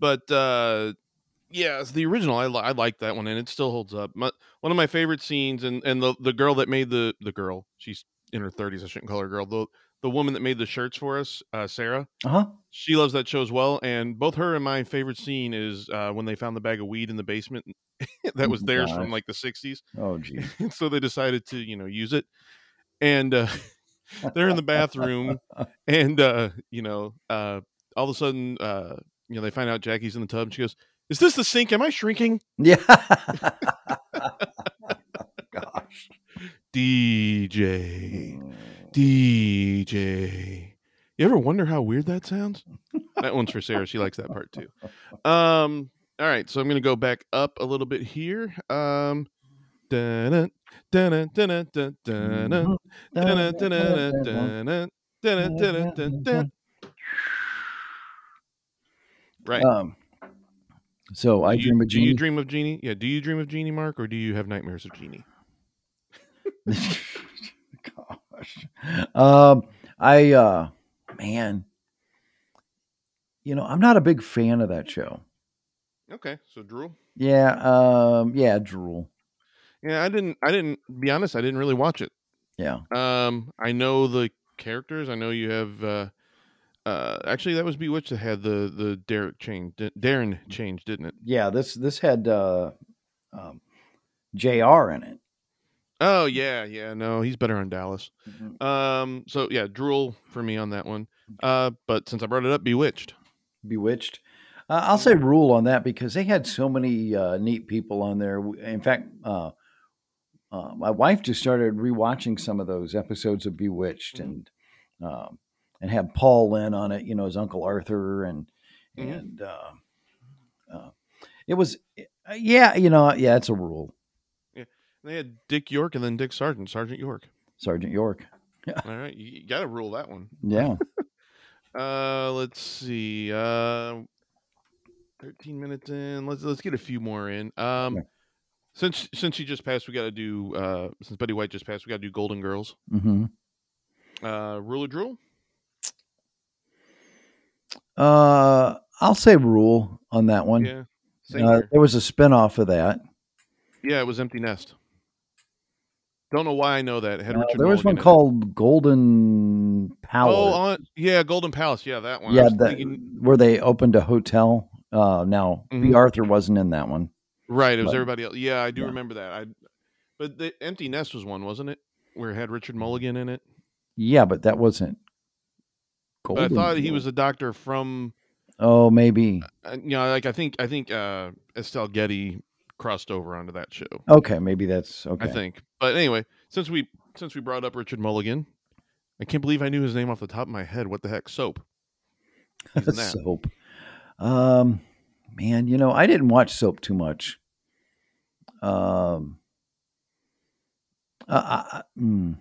but uh, yeah, it's the original. I li- I like that one, and it still holds up. My, one of my favorite scenes, and and the the girl that made the the girl, she's in her 30s. I shouldn't call her girl. The the woman that made the shirts for us, uh, Sarah.
Uh huh.
She loves that show as well, and both her and my favorite scene is uh, when they found the bag of weed in the basement that was
Oh,
theirs
God.
from like the 60s.
Oh, geez.
And so they decided to you know use it and uh, they're in the bathroom and uh, you know uh, all of a sudden uh, you know they find out jackie's in the tub and she goes is this the sink am i shrinking
Yeah. Gosh.
dj dj you ever wonder how weird that sounds that one's for sarah she likes that part too um all right so i'm gonna go back up a little bit here um dun dun dun dun dun Dun, dun, dun, dun, dun, dun, dun, dun, dun, dun. Right.
Um, so I
Do you-
dream of
Do you
Jeannie.
dream of genie? Yeah. Do you dream of genie, Mark, or do you have nightmares of genie?
Gosh. Um, I uh man. You know, I'm not a big fan of that show.
Okay. So drool.
Yeah, um, yeah, drool.
Yeah, I didn't. I didn't. Be honest, I didn't really watch it.
Yeah.
Um, I know the characters. I know you have. uh uh, actually, that was Bewitched that had the the Derek change, D- Darren change, didn't it?
Yeah, this this had uh um JR in it.
Oh yeah, yeah. No, he's better on Dallas. Um, so yeah, drool for me on that one. Uh, but since I brought it up, Bewitched.
Bewitched. Uh, I'll say
Mm-hmm.
rule on that because they had so many uh, neat people on there. W- In fact, uh, uh, my wife just started rewatching some of those episodes of Bewitched
Mm-hmm.
and um, and had Paul Lynn on it. You know, his Uncle Arthur and
Mhm.
and uh, uh, it was uh, yeah, you know, yeah, it's a rule,
They had Dick York and then Dick Sargent, Sergeant York.
Sergeant York.
All right, you, got to rule that one.
Yeah,
Uh, let's see. Uh, 13 minutes in. Let's let's get a few more in. Um
Yeah.
since since she just passed, we gotta do uh since Betty White just passed, we gotta do Golden Girls.
Mm-hmm.
Uh Rule or Drool?
Uh, I'll say rule on that one.
Yeah. Same
Uh,
here.
there was a spinoff of that.
Yeah, it was Empty Nest. Don't know why I know that. It had
Uh,
Richard
there was
Mulligan
one
in it.
called Golden Power.
Oh, on, yeah, Golden Palace. Yeah, that one. I
yeah,
was
that,
thinking-
where they opened a hotel. Uh, now B.
Mhm.
Arthur wasn't in that one.
right. It was
but-
everybody else. Yeah, I do
yeah.
remember that. I, but the Empty Nest was one, wasn't it? Where it had
Mm-hmm.
Richard Mulligan in it.
Yeah, but that wasn't.
But I thought he was a doctor from.
Oh, maybe.
uh, You know, like I think I think uh, Estelle Getty crossed over onto that show.
Okay, maybe that's okay.
I think. But anyway, since we since we brought up Richard Mulligan, I can't believe I knew his name off the top of my head. What the heck? Soap. He's in that.
soap. Um, man, you know, I didn't watch soap too much. Um, uh, I, I- mm,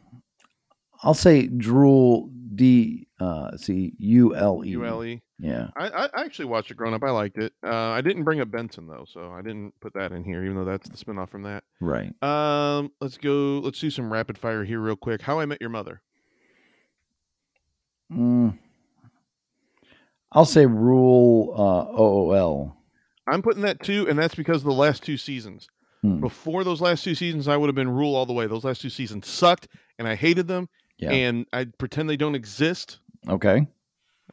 I'll say drool D uh C U L E.
ULE.
Yeah.
I, I I actually watched it growing up. I liked it. Uh, I didn't bring up Benson though, so I didn't put that in here, even though that's the spinoff from that.
Right.
Um, let's go. Let's do some rapid fire here, real quick. How I Met Your Mother.
Mm. I'll say rule uh O O L.
I'm putting that too, and that's because of the last two seasons.
Hmm.
Before those last two seasons, I would have been rule all the way. Those last two seasons sucked, and I hated them,
Yeah.
and I pretend they don't exist.
Okay.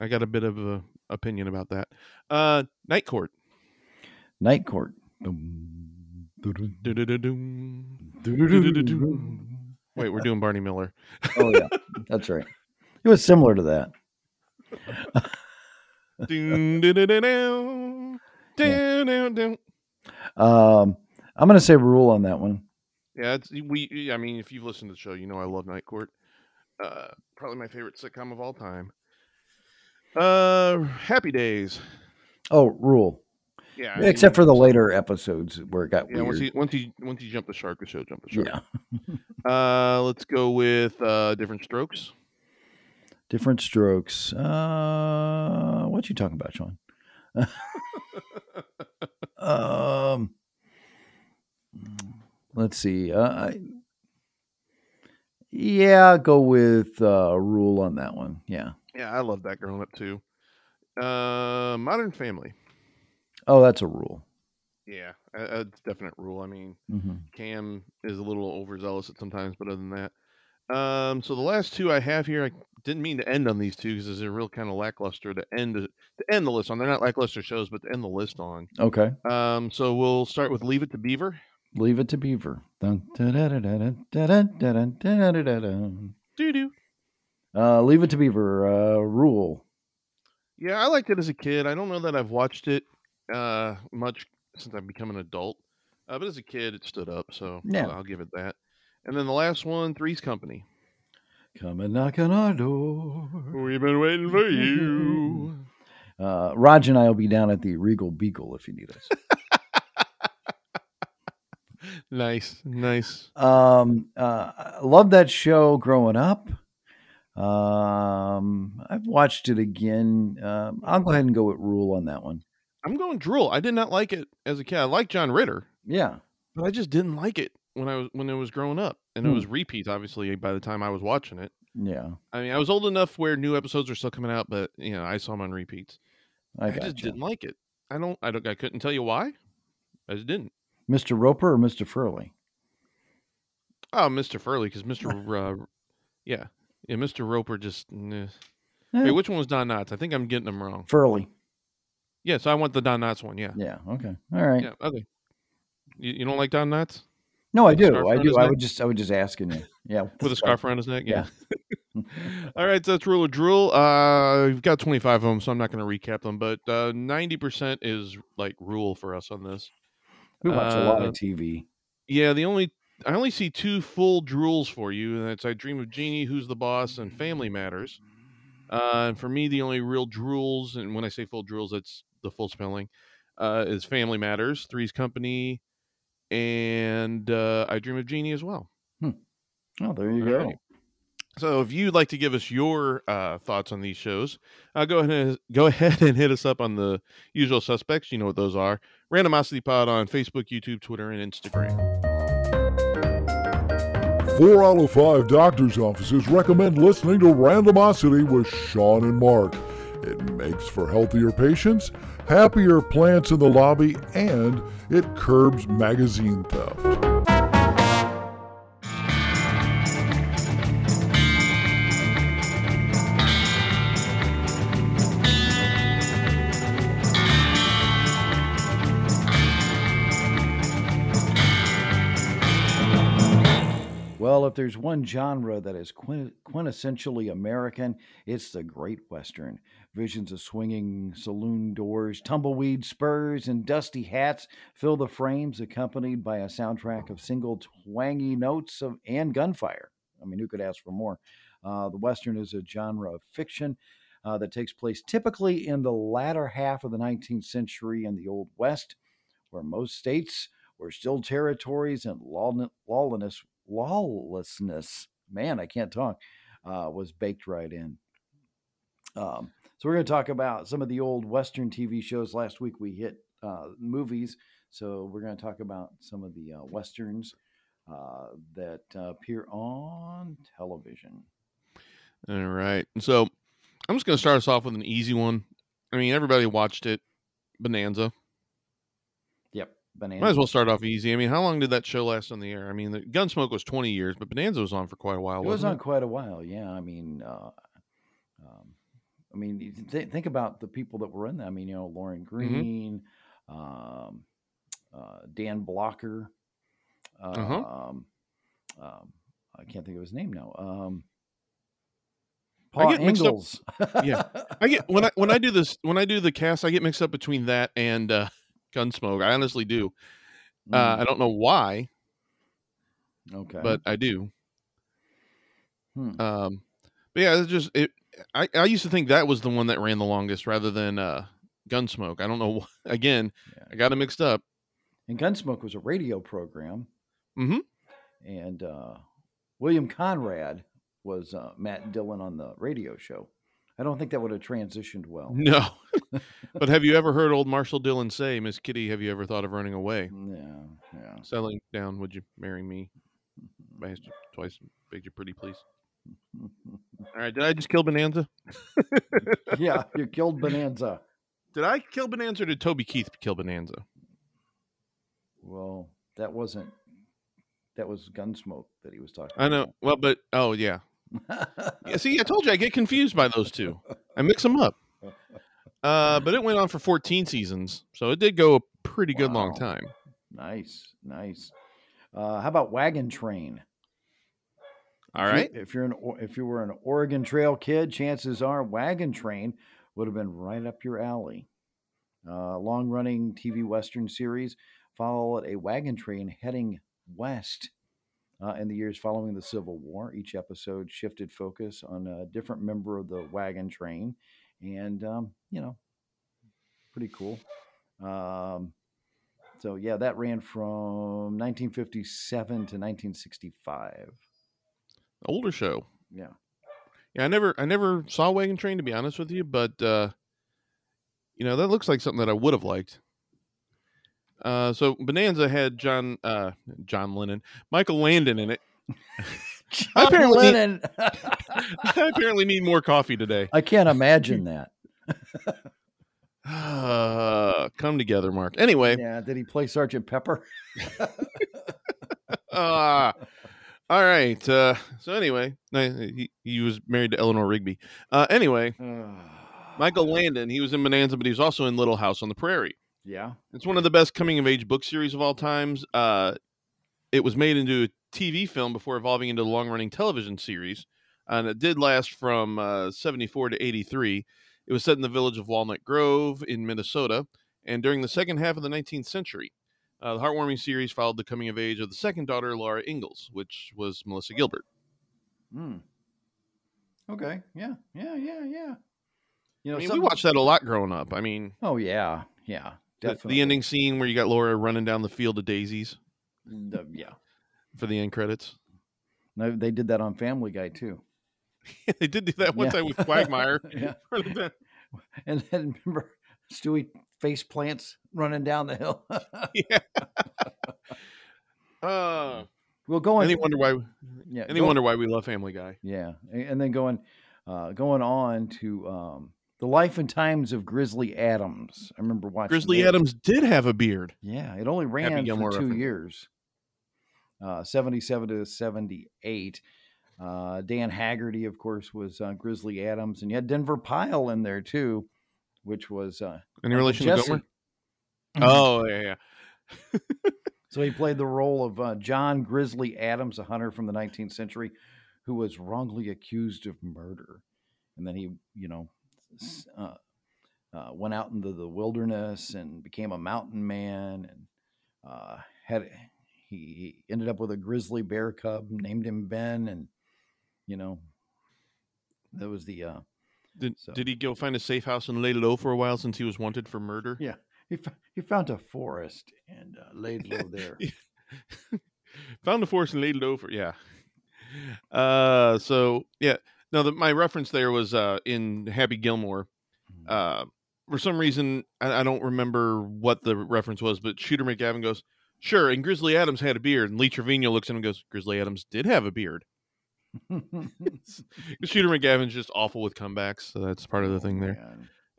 I got a bit of a opinion about that. Uh, Night Court.
Night court.
Doo-doo-doo-doom. Wait, we're doing Barney Miller.
Oh yeah, that's right. It was similar to that.
Doo-doo-doo-doo. Doo-doo-doo.
Um, I'm gonna say rule on that one.
Yeah, it's, we. I mean, if you've listened to the show, you know I love Night Court. Uh, probably my favorite sitcom of all time. Uh, Happy Days.
Oh, rule.
Yeah, I
Except
mean,
for the later episodes where it got
Yeah, once
weird.
he once he once he jumped the shark, the show jumped the shark.
yeah.
Uh, let's go with uh, different strokes.
Different strokes. Uh, what you talking about, Sean? um, let's see. Uh, I, yeah, go with uh, rule on that one. Yeah.
Yeah, I love that growing up too. Uh, Modern Family.
Oh, that's a rule.
Yeah, a, a definite rule. I mean,
hmm
Cam is a little overzealous at sometimes, but other than that, um, so the last two I have here, I didn't mean to end on these two because they're real kind of lackluster to end to end the list on. They're not lackluster shows, but to end the list on.
Okay.
Um, so we'll start with Leave It to Beaver.
Leave it to Beaver. Dun, da-da-da-da-dun, da-da-da-dun, da-da-da-da-dun.
Doo doo.
Uh, leave it to Beaver. Uh, rule.
Yeah, I liked it as a kid. I don't know that I've watched it uh, much since I've become an adult, uh, but as a kid, it stood up. So
Yeah.
I'll, I'll give it that. And then the last one, Three's Company.
Come and knock on our door.
We've been waiting for you.
Uh, Raj and I will be down at the Regal Beagle if you need us.
nice, nice.
um, uh, I loved that show growing up. Um, I've watched it again. Um, I'll go ahead and go with Rule on that one.
I'm going drool. I did not like it as a kid. I liked John Ritter,
Yeah.
but I just didn't like it when I was when it was growing up, and it
Hmm.
was repeats. Obviously, by the time I was watching it,
Yeah.
I mean, I was old enough where new episodes were still coming out, but you know, I saw them on repeats.
I,
I,
got
just didn't like it. I don't. I don't. I couldn't tell you why. I just didn't.
Mr. Roper or Mr. Furley?
Oh, Mr. Furley, because Mr. uh, yeah, yeah, Mr. Roper just. Nah. Wait,
Eh,
which one was Don Knotts? I think I'm getting them wrong.
Furley.
Yeah, so I want the Don Knotts one. Yeah,
Yeah. Okay. All right.
yeah. Okay. You, you don't like Don Knotts
No, I do.
Scarf
I
around
do.
his
I
neck?
would just, I would just asking you. Yeah.
with a scarf around his neck?
Yeah.
All right, so that's rule of drool. Uh, we've got 25 of them, so I'm not going to recap them, but uh, 90% is like rule for us on this.
We watch a lot
Uh,
of TV.
Yeah, the only I only see two full drools for you, and that's I Dream of Jeannie, Who's the Boss, and Family Matters. Uh, and for me, the only real drools, and when I say full drools, that's the full spelling, uh, is Family Matters, Three's Company, and uh, I Dream of Jeannie as well.
Oh, there you
All
go.
right. So if you'd like to give us your uh, thoughts on these shows, uh, go ahead and go ahead and hit us up on the usual suspects. You know what those are. Randomosity Pod on Facebook, YouTube, Twitter, and Instagram.
Four out of five doctor's offices recommend listening to Randomosity with Sean and Mark. It makes for healthier patients, happier plants in the lobby, and it curbs magazine theft.
Well, if there's one genre that is quin- quintessentially American, it's the Great Western. Visions of swinging saloon doors, tumbleweed spurs, and dusty hats fill the frames, accompanied by a soundtrack of single twangy notes of, and gunfire. I mean, who could ask for more? Uh, the Western is a genre of fiction uh, that takes place typically in the latter half of the 19th century in the Old West, where most states were still territories and lawn- lawlessness lawlessness. Man, I can't talk. Uh, was baked right in. Um, so we're going to talk about some of the old Western TV shows. Last week we hit uh, movies, so we're going to talk about some of the uh, westerns uh, that uh, appear on television.
All right. And so I'm just going to start us off with an easy one. I mean, everybody watched it. Bonanza.
Yep, Bonanza.
Might as well start off easy. I mean, how long did that show last on the air? I mean, the Gunsmoke was 20 years, but Bonanza was on for quite a while.
It was
wasn't
on quite a while. Yeah, I mean, uh, um, I mean, you th- think about the people that were in that. I mean, you know,
Mm-hmm.
Lauren Green, um, uh, Dan Blocker. Um,
Uh-huh.
um, I can't think of his name now. Um,
I
Paul
get mixed up-
Ingalls.
yeah. I uh, get when I when I do this when I do the cast, I get mixed up between that and uh, Gunsmoke. I honestly do. Uh, I don't know why,
Mm, okay.
but I do.
Hmm.
Um, but yeah, it's just it. I I used to think that was the one that ran the longest, rather than uh, Gunsmoke. I don't know. wh- Again,
Yeah.
I got it mixed up.
and Gunsmoke was a radio program.
Mhm.
And uh, William Conrad was uh, Matt Dillon on the radio show. I don't think that would have transitioned well.
No, but have you ever heard old Marshall Dillon say, "Miss Kitty, have you ever thought of running away,
Yeah, yeah.
settling down? Would you marry me?" I asked you twice, begged you pretty please. All right, did I just kill Bonanza?
yeah, you killed Bonanza.
Did I kill Bonanza or did Toby Keith kill Bonanza?
Well, that wasn't. That was Gunsmoke that he was talking.
I know. Well, but oh yeah.
about.
yeah see, I told you I get confused by those two. I mix them up. Uh, but it went on for 14 seasons, so it did go a pretty good long
Wow.
time.
nice, nice. Uh, how about Wagon Train?
All
If you-
right.
If you're an O- if you were an Oregon Trail kid, chances are Wagon Train would have been right up your alley. Uh, Long running TV western series followed a wagon train heading west uh, in the years following the Civil War. Each episode shifted focus on a different member of the wagon train, and um, you know, pretty cool. Um, so yeah, that ran from 1957 to 1965.
Older show.
Yeah.
Yeah, I never I never saw Wagon Train to be honest with you, but uh you know, that looks like something that I would have liked. Uh so Bonanza had John uh John Lennon, Michael Landon in it. I apparently need-
Lennon.
I apparently need more coffee today.
I can't imagine that.
Uh, come together, Mark. Anyway,
Yeah, did he play Sergeant Pepper?
uh, all right. Uh, so anyway, no, he, he was married to Eleanor Rigby. Uh, anyway, Michael Landon, he was in Bonanza, but he was also in Little House on the Prairie.
Yeah.
It's one of the best coming of age book series of all times. Uh, it was made into a TV film before evolving into the long running television series, and it did last from uh, 74 to 83. It was set in the village of Walnut Grove in Minnesota, and during the second half of the 19th century. Uh, the heartwarming series followed the coming of age of the second daughter, Laura Ingalls, which was Melissa Gilbert.
Hmm. Okay. Yeah. Yeah. Yeah. Yeah. You
I mean,
know,
we
some-
watched that a lot growing up. I mean,
Oh yeah. Yeah.
the,
Definitely.
the ending scene where you got Laura running down the field of daisies
Mm, The- yeah.
for the end credits.
No, they did that on Family Guy too.
they did do that one
Yeah.
time with Quagmire.
Yeah.
Running down-
And then remember Stewie face plants running down the hill.
uh,
we'll go on.
any wonder why?
yeah,
Any
go-
wonder why we love Family Guy?
Yeah, a- and then going, uh, going on to um, the life and times of Grizzly Adams. I remember watching
Grizzly
that.
Adams did have a beard.
Yeah, it only ran
Gilmore
for two
reference.
years, uh, seventy-seven to seventy-eight. Uh, Dan Haggerty, of course, was uh, Grizzly Adams, and you had Denver Pyle in there too, which was uh,
Any relation to
Jesse. Mm-hmm.
Gomer? Oh yeah, yeah.
So he played the role of uh, John Grizzly Adams, a hunter from the 19th century, who was wrongly accused of murder, and then he, you know, s- uh, uh, went out into the wilderness and became a mountain man, and uh, had he he ended up with a grizzly bear cub, named him Ben, and you know, that was the uh,
Did,
So-
did he go find a safe house and lay low for a while since he was wanted for murder?
Yeah. he, f- he found a forest and uh, laid low there.
Found the forest and laid it over. Yeah. Uh, so yeah. No, the, my reference there was uh, in Happy Gilmore. Uh, for some reason, I, I don't remember what the reference was, but Shooter McGavin goes, "Sure." And Grizzly Adams had a beard, and Lee Trevino looks at him and goes, "Grizzly Adams did have a beard." Shooter McGavin's just awful with comebacks, so that's part of the thing there.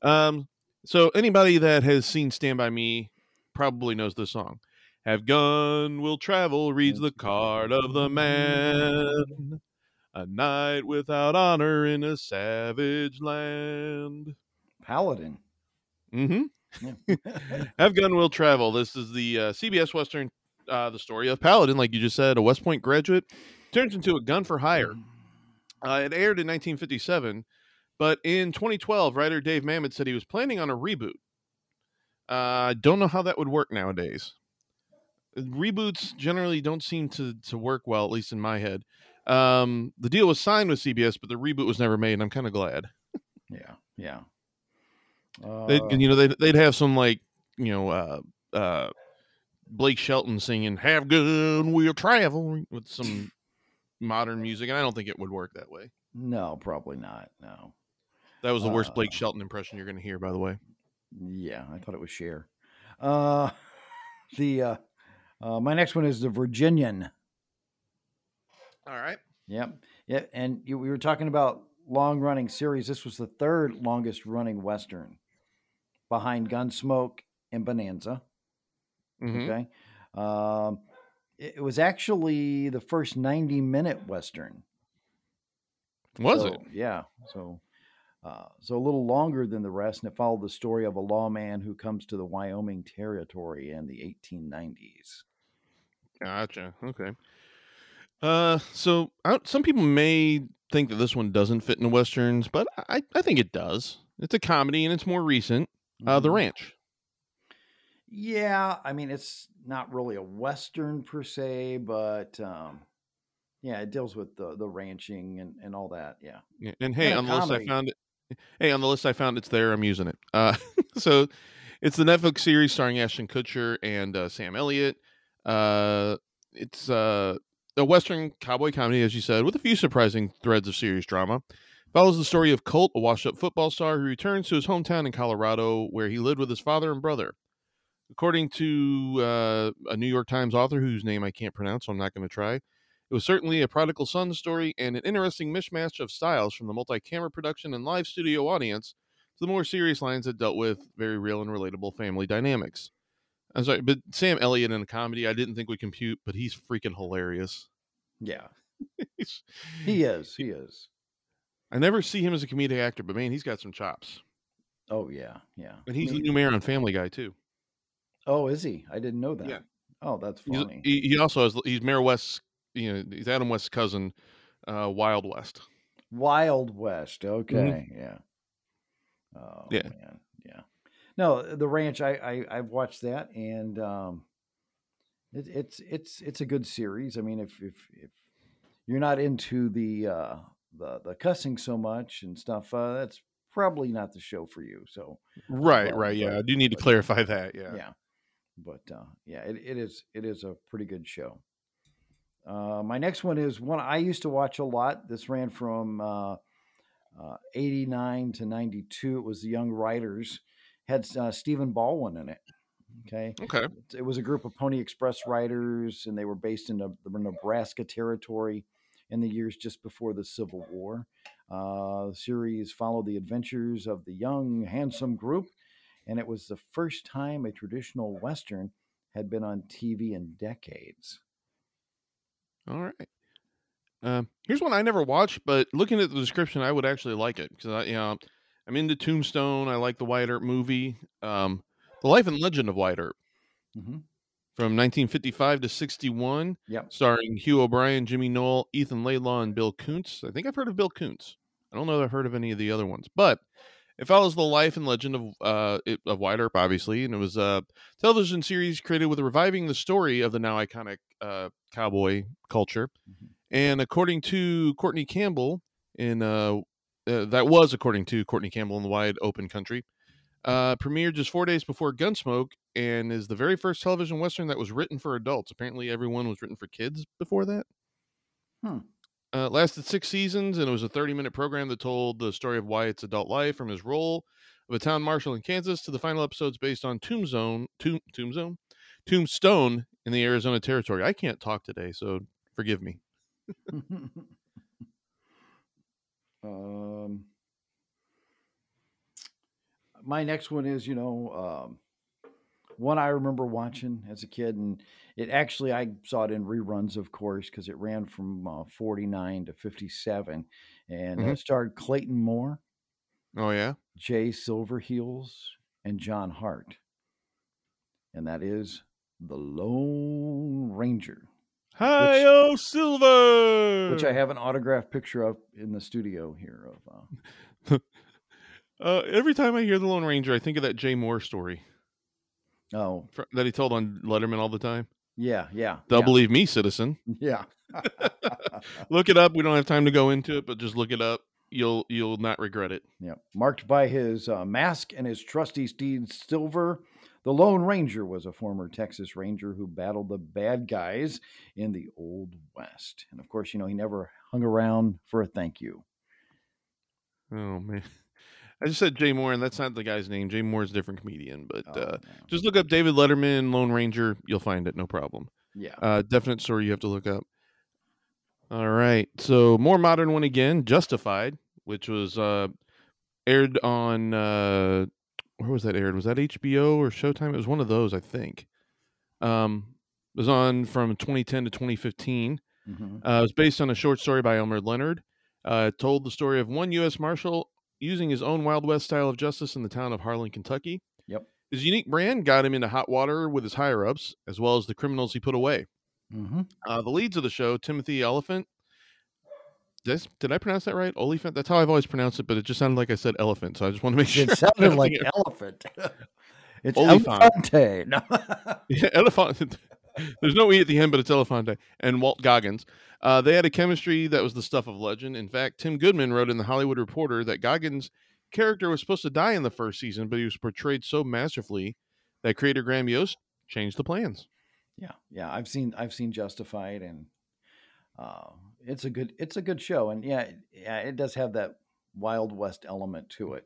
Man.
Um, so anybody that has seen Stand By Me probably knows this song. Have gun will travel reads the card of the man. A night without honor in a savage land.
Paladin.
Mm-hmm.
Yeah.
Have gun will travel. This is the uh, CBS Western, uh, the story of Paladin, like you just said, a West Point graduate turns into a gun for hire. Uh, it aired in 1957, but in 2012, writer Dave Mamet said he was planning on a reboot. Uh, I don't know how that would work nowadays. Reboots generally don't seem to, to work well, at least in my head. Um, the deal was signed with CBS, but the reboot was never made, and I'm kind of glad.
Yeah, yeah. Uh,
They'd, you know, they'd, they'd have some like, you know, uh, uh, Blake Shelton singing "Have Gun, We'll Travel" with some modern music, and I don't think it would work that way.
no, probably not. No.
That was the worst Blake
Uh,
Shelton impression you're going to hear, by the way.
Yeah, I thought it was Cher. Uh, the uh, uh, my next one is the Virginian.
All right.
Yep, yep. And you, we were talking about long running series. This was the third longest running western, behind Gunsmoke and Bonanza.
Mm-hmm.
Okay. Um, it, it was actually the first ninety minute western.
Was
So,
it?
Yeah. So, uh, so a little longer than the rest, and it followed the story of a lawman who comes to the Wyoming Territory in the 1890s.
Gotcha. Okay. Uh, so I, some people may think that this one doesn't fit in westerns, but I, I think it does. It's a comedy and it's more recent. Uh, The
Mhm.
Ranch.
Yeah, I mean it's not really a western per se, but um, yeah, it deals with the the ranching and and all that. Yeah.
Yeah, And hey,
Yeah,
on the list I
comedy.
found it. Hey, on the list I found it's there. I'm using it. Uh, so it's the Netflix series starring Ashton Kutcher and uh, Sam Elliott. Uh, it's uh, a Western cowboy comedy, as you said, with a few surprising threads of serious drama. Follows the story of Colt, a washed-up football star who returns to his hometown in Colorado, where he lived with his father and brother. According to uh, a New York Times author whose name I can't pronounce, so I'm not going to try, it was certainly a prodigal son story and an interesting mishmash of styles from the multi camera production and live studio audience to the more serious lines that dealt with very real and relatable family dynamics. I'm sorry, but Sam Elliott in a comedy, I didn't think would compute, but he's freaking hilarious.
Yeah.
He's-
He is. He is.
I never see him as a comedic actor, but man, he's got some chops.
Oh yeah. Yeah.
And he's the
I mean-
new mayor on Family Guy, too.
Oh, is he? I didn't know that.
Yeah.
Oh, that's
He's-
funny.
he, he also has, he's Mayor West's, you know, he's Adam West's cousin, uh, Wild West.
Wild West. Okay. Yeah. Oh
Yeah.
man. Yeah. No, the ranch. I, I I've watched that, and um, it, it's it's it's a good series. I mean, if if if you're not into the uh, the the cussing so much and stuff, uh, that's probably not the show for you. So
Right,
Well,
right. Yeah,
but-
I do need to
but-
clarify that.
yeah. But uh, yeah, it, it is it is a pretty good show. Uh, my next one is one I used to watch a lot. This ran from uh, uh, 89 to 92. It was The Young Riders. Had uh, Stephen Baldwin in it. Okay.
Okay.
It was a group of Pony Express riders, and they were based in the the Nebraska territory in the years just before the Civil War. Uh, the series followed the adventures of the young, handsome group, and it was the first time a traditional Western had been on TV in decades.
All right. Um, here's one I never watched, but looking at the description, I would actually like it because I, you know, I'm into Tombstone. I like the Wyatt Earp movie, um, The Life and Legend of Wyatt Earp
Mm-hmm.
from 1955 to 61,
Yep.
starring Hugh O'Brien, Jimmy Knoll, Ethan Laidlaw, and Bill Kuntz. I think I've heard of Bill Kuntz. I don't know that I've heard of any of the other ones, but it follows the life and legend of uh, it, of Wyatt Earp, obviously, and it was a television series created with reviving the story of the now iconic uh, cowboy culture.
Mhm.
And according to Courtney Campbell, in uh, uh, that was according to Courtney Campbell in the Wide Open Country, uh, premiered just four days before Gunsmoke, and is the very first television western that was written for adults. Apparently, everyone was written for kids before that.
Hmm.
Uh, it lasted six seasons, and it was a 30 minute program that told the story of Wyatt's adult life from his role of a town marshal in Kansas to the final episodes based on Tombstone, Tomb, Tombstone, Tombstone in the Arizona Territory. I can't talk today, so forgive me.
um, my next one is, you know, um, one I remember watching as a kid, and it actually I saw it in reruns, of course, because it ran from uh, forty nine to fifty seven, and
Mhm.
it starred Clayton Moore,
Oh yeah,
Jay Silverheels, and John Hart, and that is the Lone Ranger.
Hi-yo Silver.
Which I have an autographed picture of in the studio here of uh,
uh, every time I hear the Lone Ranger, I think of that Jay Moore story
oh
fr- that he told on Letterman all the time.
Yeah, yeah.
Don't
yeah,
believe me, citizen.
Yeah.
Look it up. We don't have time to go into it, but just look it up. You'll you'll not regret it.
yeah. Marked by his uh, mask and his trusty steed Silver, the Lone Ranger was a former Texas Ranger who battled the bad guys in the Old West. And of course, you know, he never hung around for a thank you.
Oh man, I just said Jay Moore, and that's not the guy's name. Jay Moore's a different comedian, but
Oh,
uh,
no.
just look up David Letterman Lone Ranger. You'll find it, no problem.
yeah.
Uh, definite story you have to look up. All right. So more modern one again, Justified, which was uh, aired on uh, where was that aired? Was that HBO or Showtime? It was one of those, I think. Um, it was on from 2010 to 2015.
mhm.
Uh, it was based on a short story by Elmer Leonard. Uh, it told the story of one U.S. Marshal using his own Wild West style of justice in the town of Harlan, Kentucky.
Yep.
His unique brand got him into hot water with his higher ups, as well as the criminals he put away.
Mhm.
Uh, the leads of the show, Timothy Elephant. Did I, s- did I pronounce that right? Oliphant? That's how I've always pronounced it, but it just sounded like I said elephant, so I just want to make sure.
It sounded like elephant. it's
Olifant.
Elefante. No.
Yeah, Elefant. There's no E at the end, but it's Elefante and Walt Goggins. Uh, they had a chemistry that was the stuff of legend. In fact, Tim Goodman wrote in the Hollywood Reporter that Goggins' character was supposed to die in the first season, but he was portrayed so masterfully that creator Graham Yost changed the plans.
yeah yeah i've seen i've seen justified and uh it's a good it's a good show and yeah it- yeah it does have that wild west element to it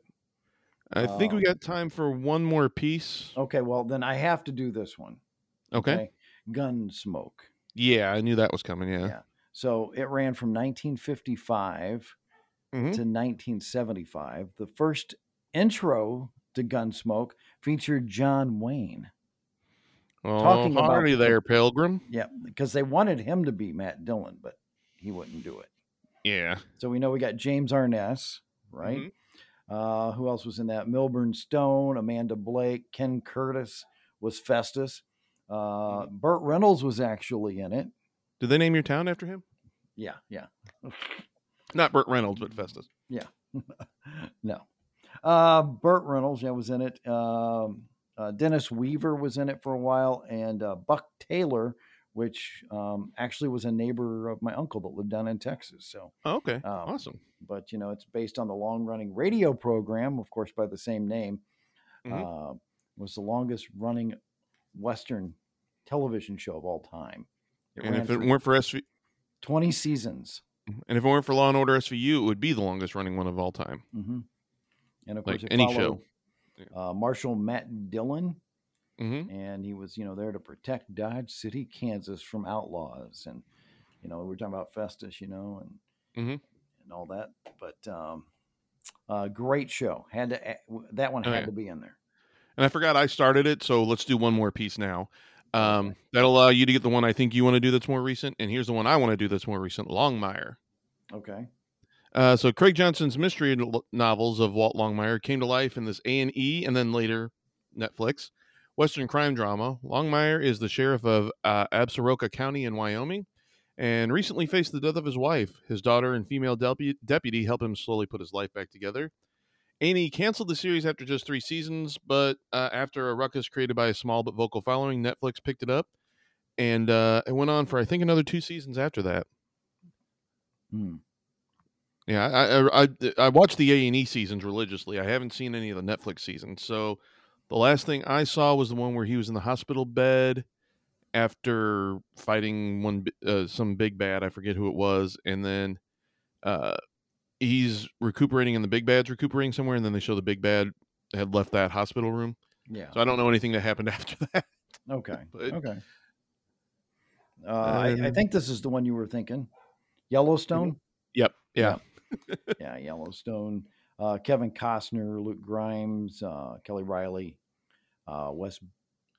I think we
Oh.
got time for one more piece.
okay well then i have to do this one
Okay.
gun smoke
Yeah, I knew that was coming. Yeah.
Yeah. so it ran from 1955
Mhm.
to 1975 the first intro to gunsmoke featured john wayne
Oh,
Talking about-
already there, Pilgrim.
yeah because they wanted him to be matt dillon but he wouldn't do it
Yeah.
So we know we got James Arness, right? Uh, who else was in that? Milburn Stone, Amanda Blake, Ken Curtis was Festus. Uh, Burt Reynolds was actually in it.
Did they name your town after him?
Yeah, yeah,
Not Burt Reynolds, but Festus.
no. Uh, Burt Reynolds, yeah, was in it. Um, uh, Dennis Weaver was in it for a while, and uh, Buck Taylor, which um, actually was a neighbor of my uncle that lived down in Texas. So
Oh, okay.
Oh.
awesome.
but you know it's based on the long running radio program of course by the same name
Mm-hmm.
uh, was the longest running western television show of all time
and
ran
if it
for
weren't for SV,
20 seasons.
and if it weren't for Law and Order SVU, it would be the longest running one of all time.
hmm And of course,
Like
it
any
followed,
show.
Uh, Marshal Matt Dillon,
hmm
and he was, you know, there to protect Dodge City, Kansas, from outlaws. And you know, we were talking about Festus, you know, and
Mhm.
and all that. But um, uh, great show. Had to a- w- that one
Oh,
had
yeah.
to be in there.
And I forgot I started it, so let's do one more piece now. Um, that'll allow you to get the one I think you want to do that's more recent. And here's the one I want to do that's more recent Longmire.
Okay.
Uh, so Craig Johnson's mystery no- novels of Walt Longmire came to life in this A and E, and then later Netflix Western crime drama. Longmire is the sheriff of uh, Absaroka County in Wyoming, and recently faced the death of his wife. His daughter and female depu- deputy help him slowly put his life back together. A and E canceled the series after just three seasons, but uh, after a ruckus created by a small but vocal following, Netflix picked it up, and uh, it went on for I think another two seasons after that.
Hmm.
Yeah, I I I, I watch the A and E seasons religiously. I haven't seen any of the Netflix seasons. So the last thing I saw was the one where he was in the hospital bed after fighting one bi- uh, some big bad. I forget who it was, and then uh, he's recuperating, and the big bad's recuperating somewhere, and then they show the big bad had left that hospital room.
Yeah.
So I don't know anything that happened after that.
Okay.
But-
okay. Uh, I, I think this is the one you were thinking, Yellowstone.
Yep. Yeah.
yeah, Yellowstone. Uh, Kevin Costner, Luke Grimes, uh, Kelly Riley, uh, Wes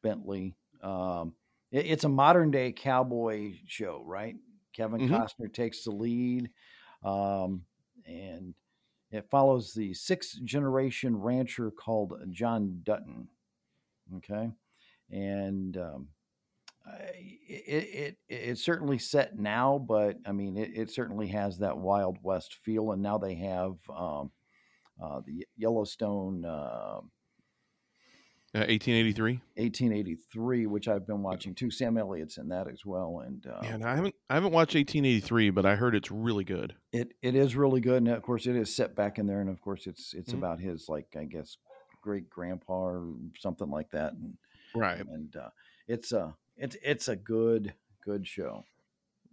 Bentley. Um, it- it's a modern day cowboy show, right? Kevin
Mhm.
Costner takes the lead, um, and it follows the sixth generation rancher called John Dutton. Okay, and um, I- it, it it's certainly set now, but I mean, it, it certainly has that Wild West feel, and now they have um, uh, the Yellowstone uh,
Uh, 1883.
1883, which I've been watching too. Sam Elliott's in that as well, and uh,
Yeah, and I haven't I haven't watched 1883, but I heard it's really good.
it it is really good. And of course, it is set back in there, and of course, it's it's
Mhm.
about his like I guess great grandpa or something like that, and
Right.
and uh, it's a it's it's a good good show.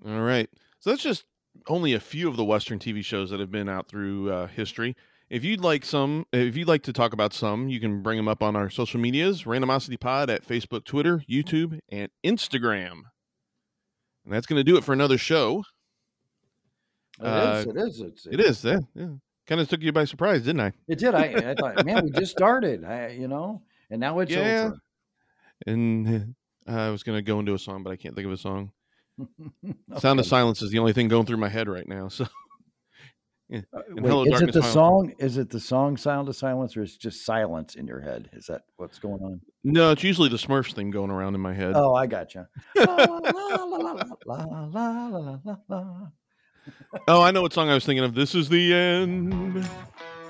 All right. So that's just only a few of the Western TV shows that have been out through uh, history. If you'd like some, if you'd like to talk about some, you can bring them up on our social medias, Randomosity Pod at Facebook, Twitter, YouTube, and Instagram. And that's going to do it for another show.
It is.
Uh,
It is. It's,
It is. Yeah. yeah. Kind of took you by surprise, didn't I?
It did. I, I thought, man, we just started. I, you know, and now it's
Yeah.
over.
And uh, I was going to go into a song, but I can't think of a song. Sound of
Okay.
Silence is the only thing going through my head right now. So
Uh,
and
wait,
Hello,
is
Darkness,
it the
Silence.
song? Is it the song "Sound of Silence" or is just silence in your head? Is that what's going on?
no, it's usually the Smurfs theme going around in my head.
Oh, I gotcha. La, la, la, la, la, la, la, la, la, la.
Oh, I know what song I was thinking of. This is the end.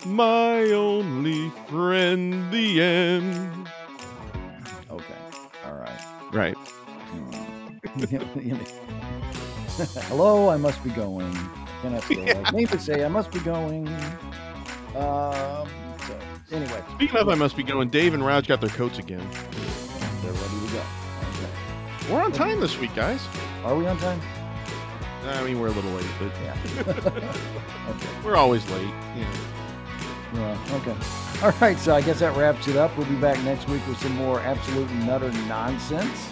My only friend, the end.
Okay, all right.
Right.
Hmm. Hello, I must be going. Can I feel like me to say I must be going? Um. So anyway,
Speaking of, um, I must be going. Dave and Raj got their coats again.
they're ready to go.
We're on time this week, guys.
Okay. Are we on time?
I mean, we're a little late, but
Yeah. okay.
we're always late. you know.
Yeah, okay. All right, so I guess that wraps it up. We'll be back next week with some more absolute and utter nonsense.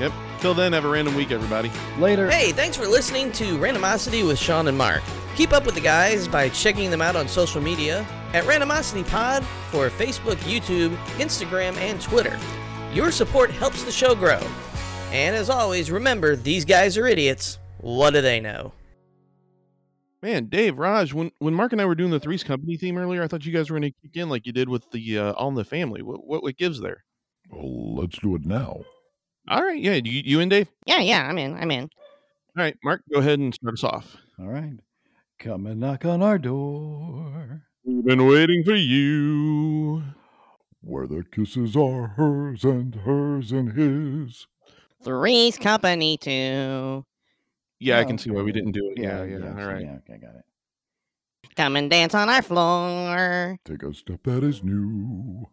Yep. Till then, have a random week, everybody.
Later.
Hey, thanks for listening to Randomosity with Sean and Mark. Keep up with the guys by checking them out on social media at Randomosity Pod for Facebook, YouTube, Instagram, and Twitter. Your support helps the show grow. And as always, remember these guys are idiots. What do they know?
Man, Dave, Raj, when, when Mark and I were doing the Threes Company theme earlier, I thought you guys were going to kick in like you did with the uh, All in the Family. What, what, what gives there?
Well, let's do it now.
All right. Yeah. You, you and Dave?
Yeah, yeah, I'm in. I'm in.
All right. Mark, go ahead and start us off.
All right. Come and knock on our door.
We've been waiting for you.
Where the kisses are hers and hers and his.
Three's Company 2.
Yeah, I
Oh,
can see why we didn't do it. Yeah, yeah.
so
All right.
Yeah, okay, got it.
Come and dance on our floor.
Take a step that is new.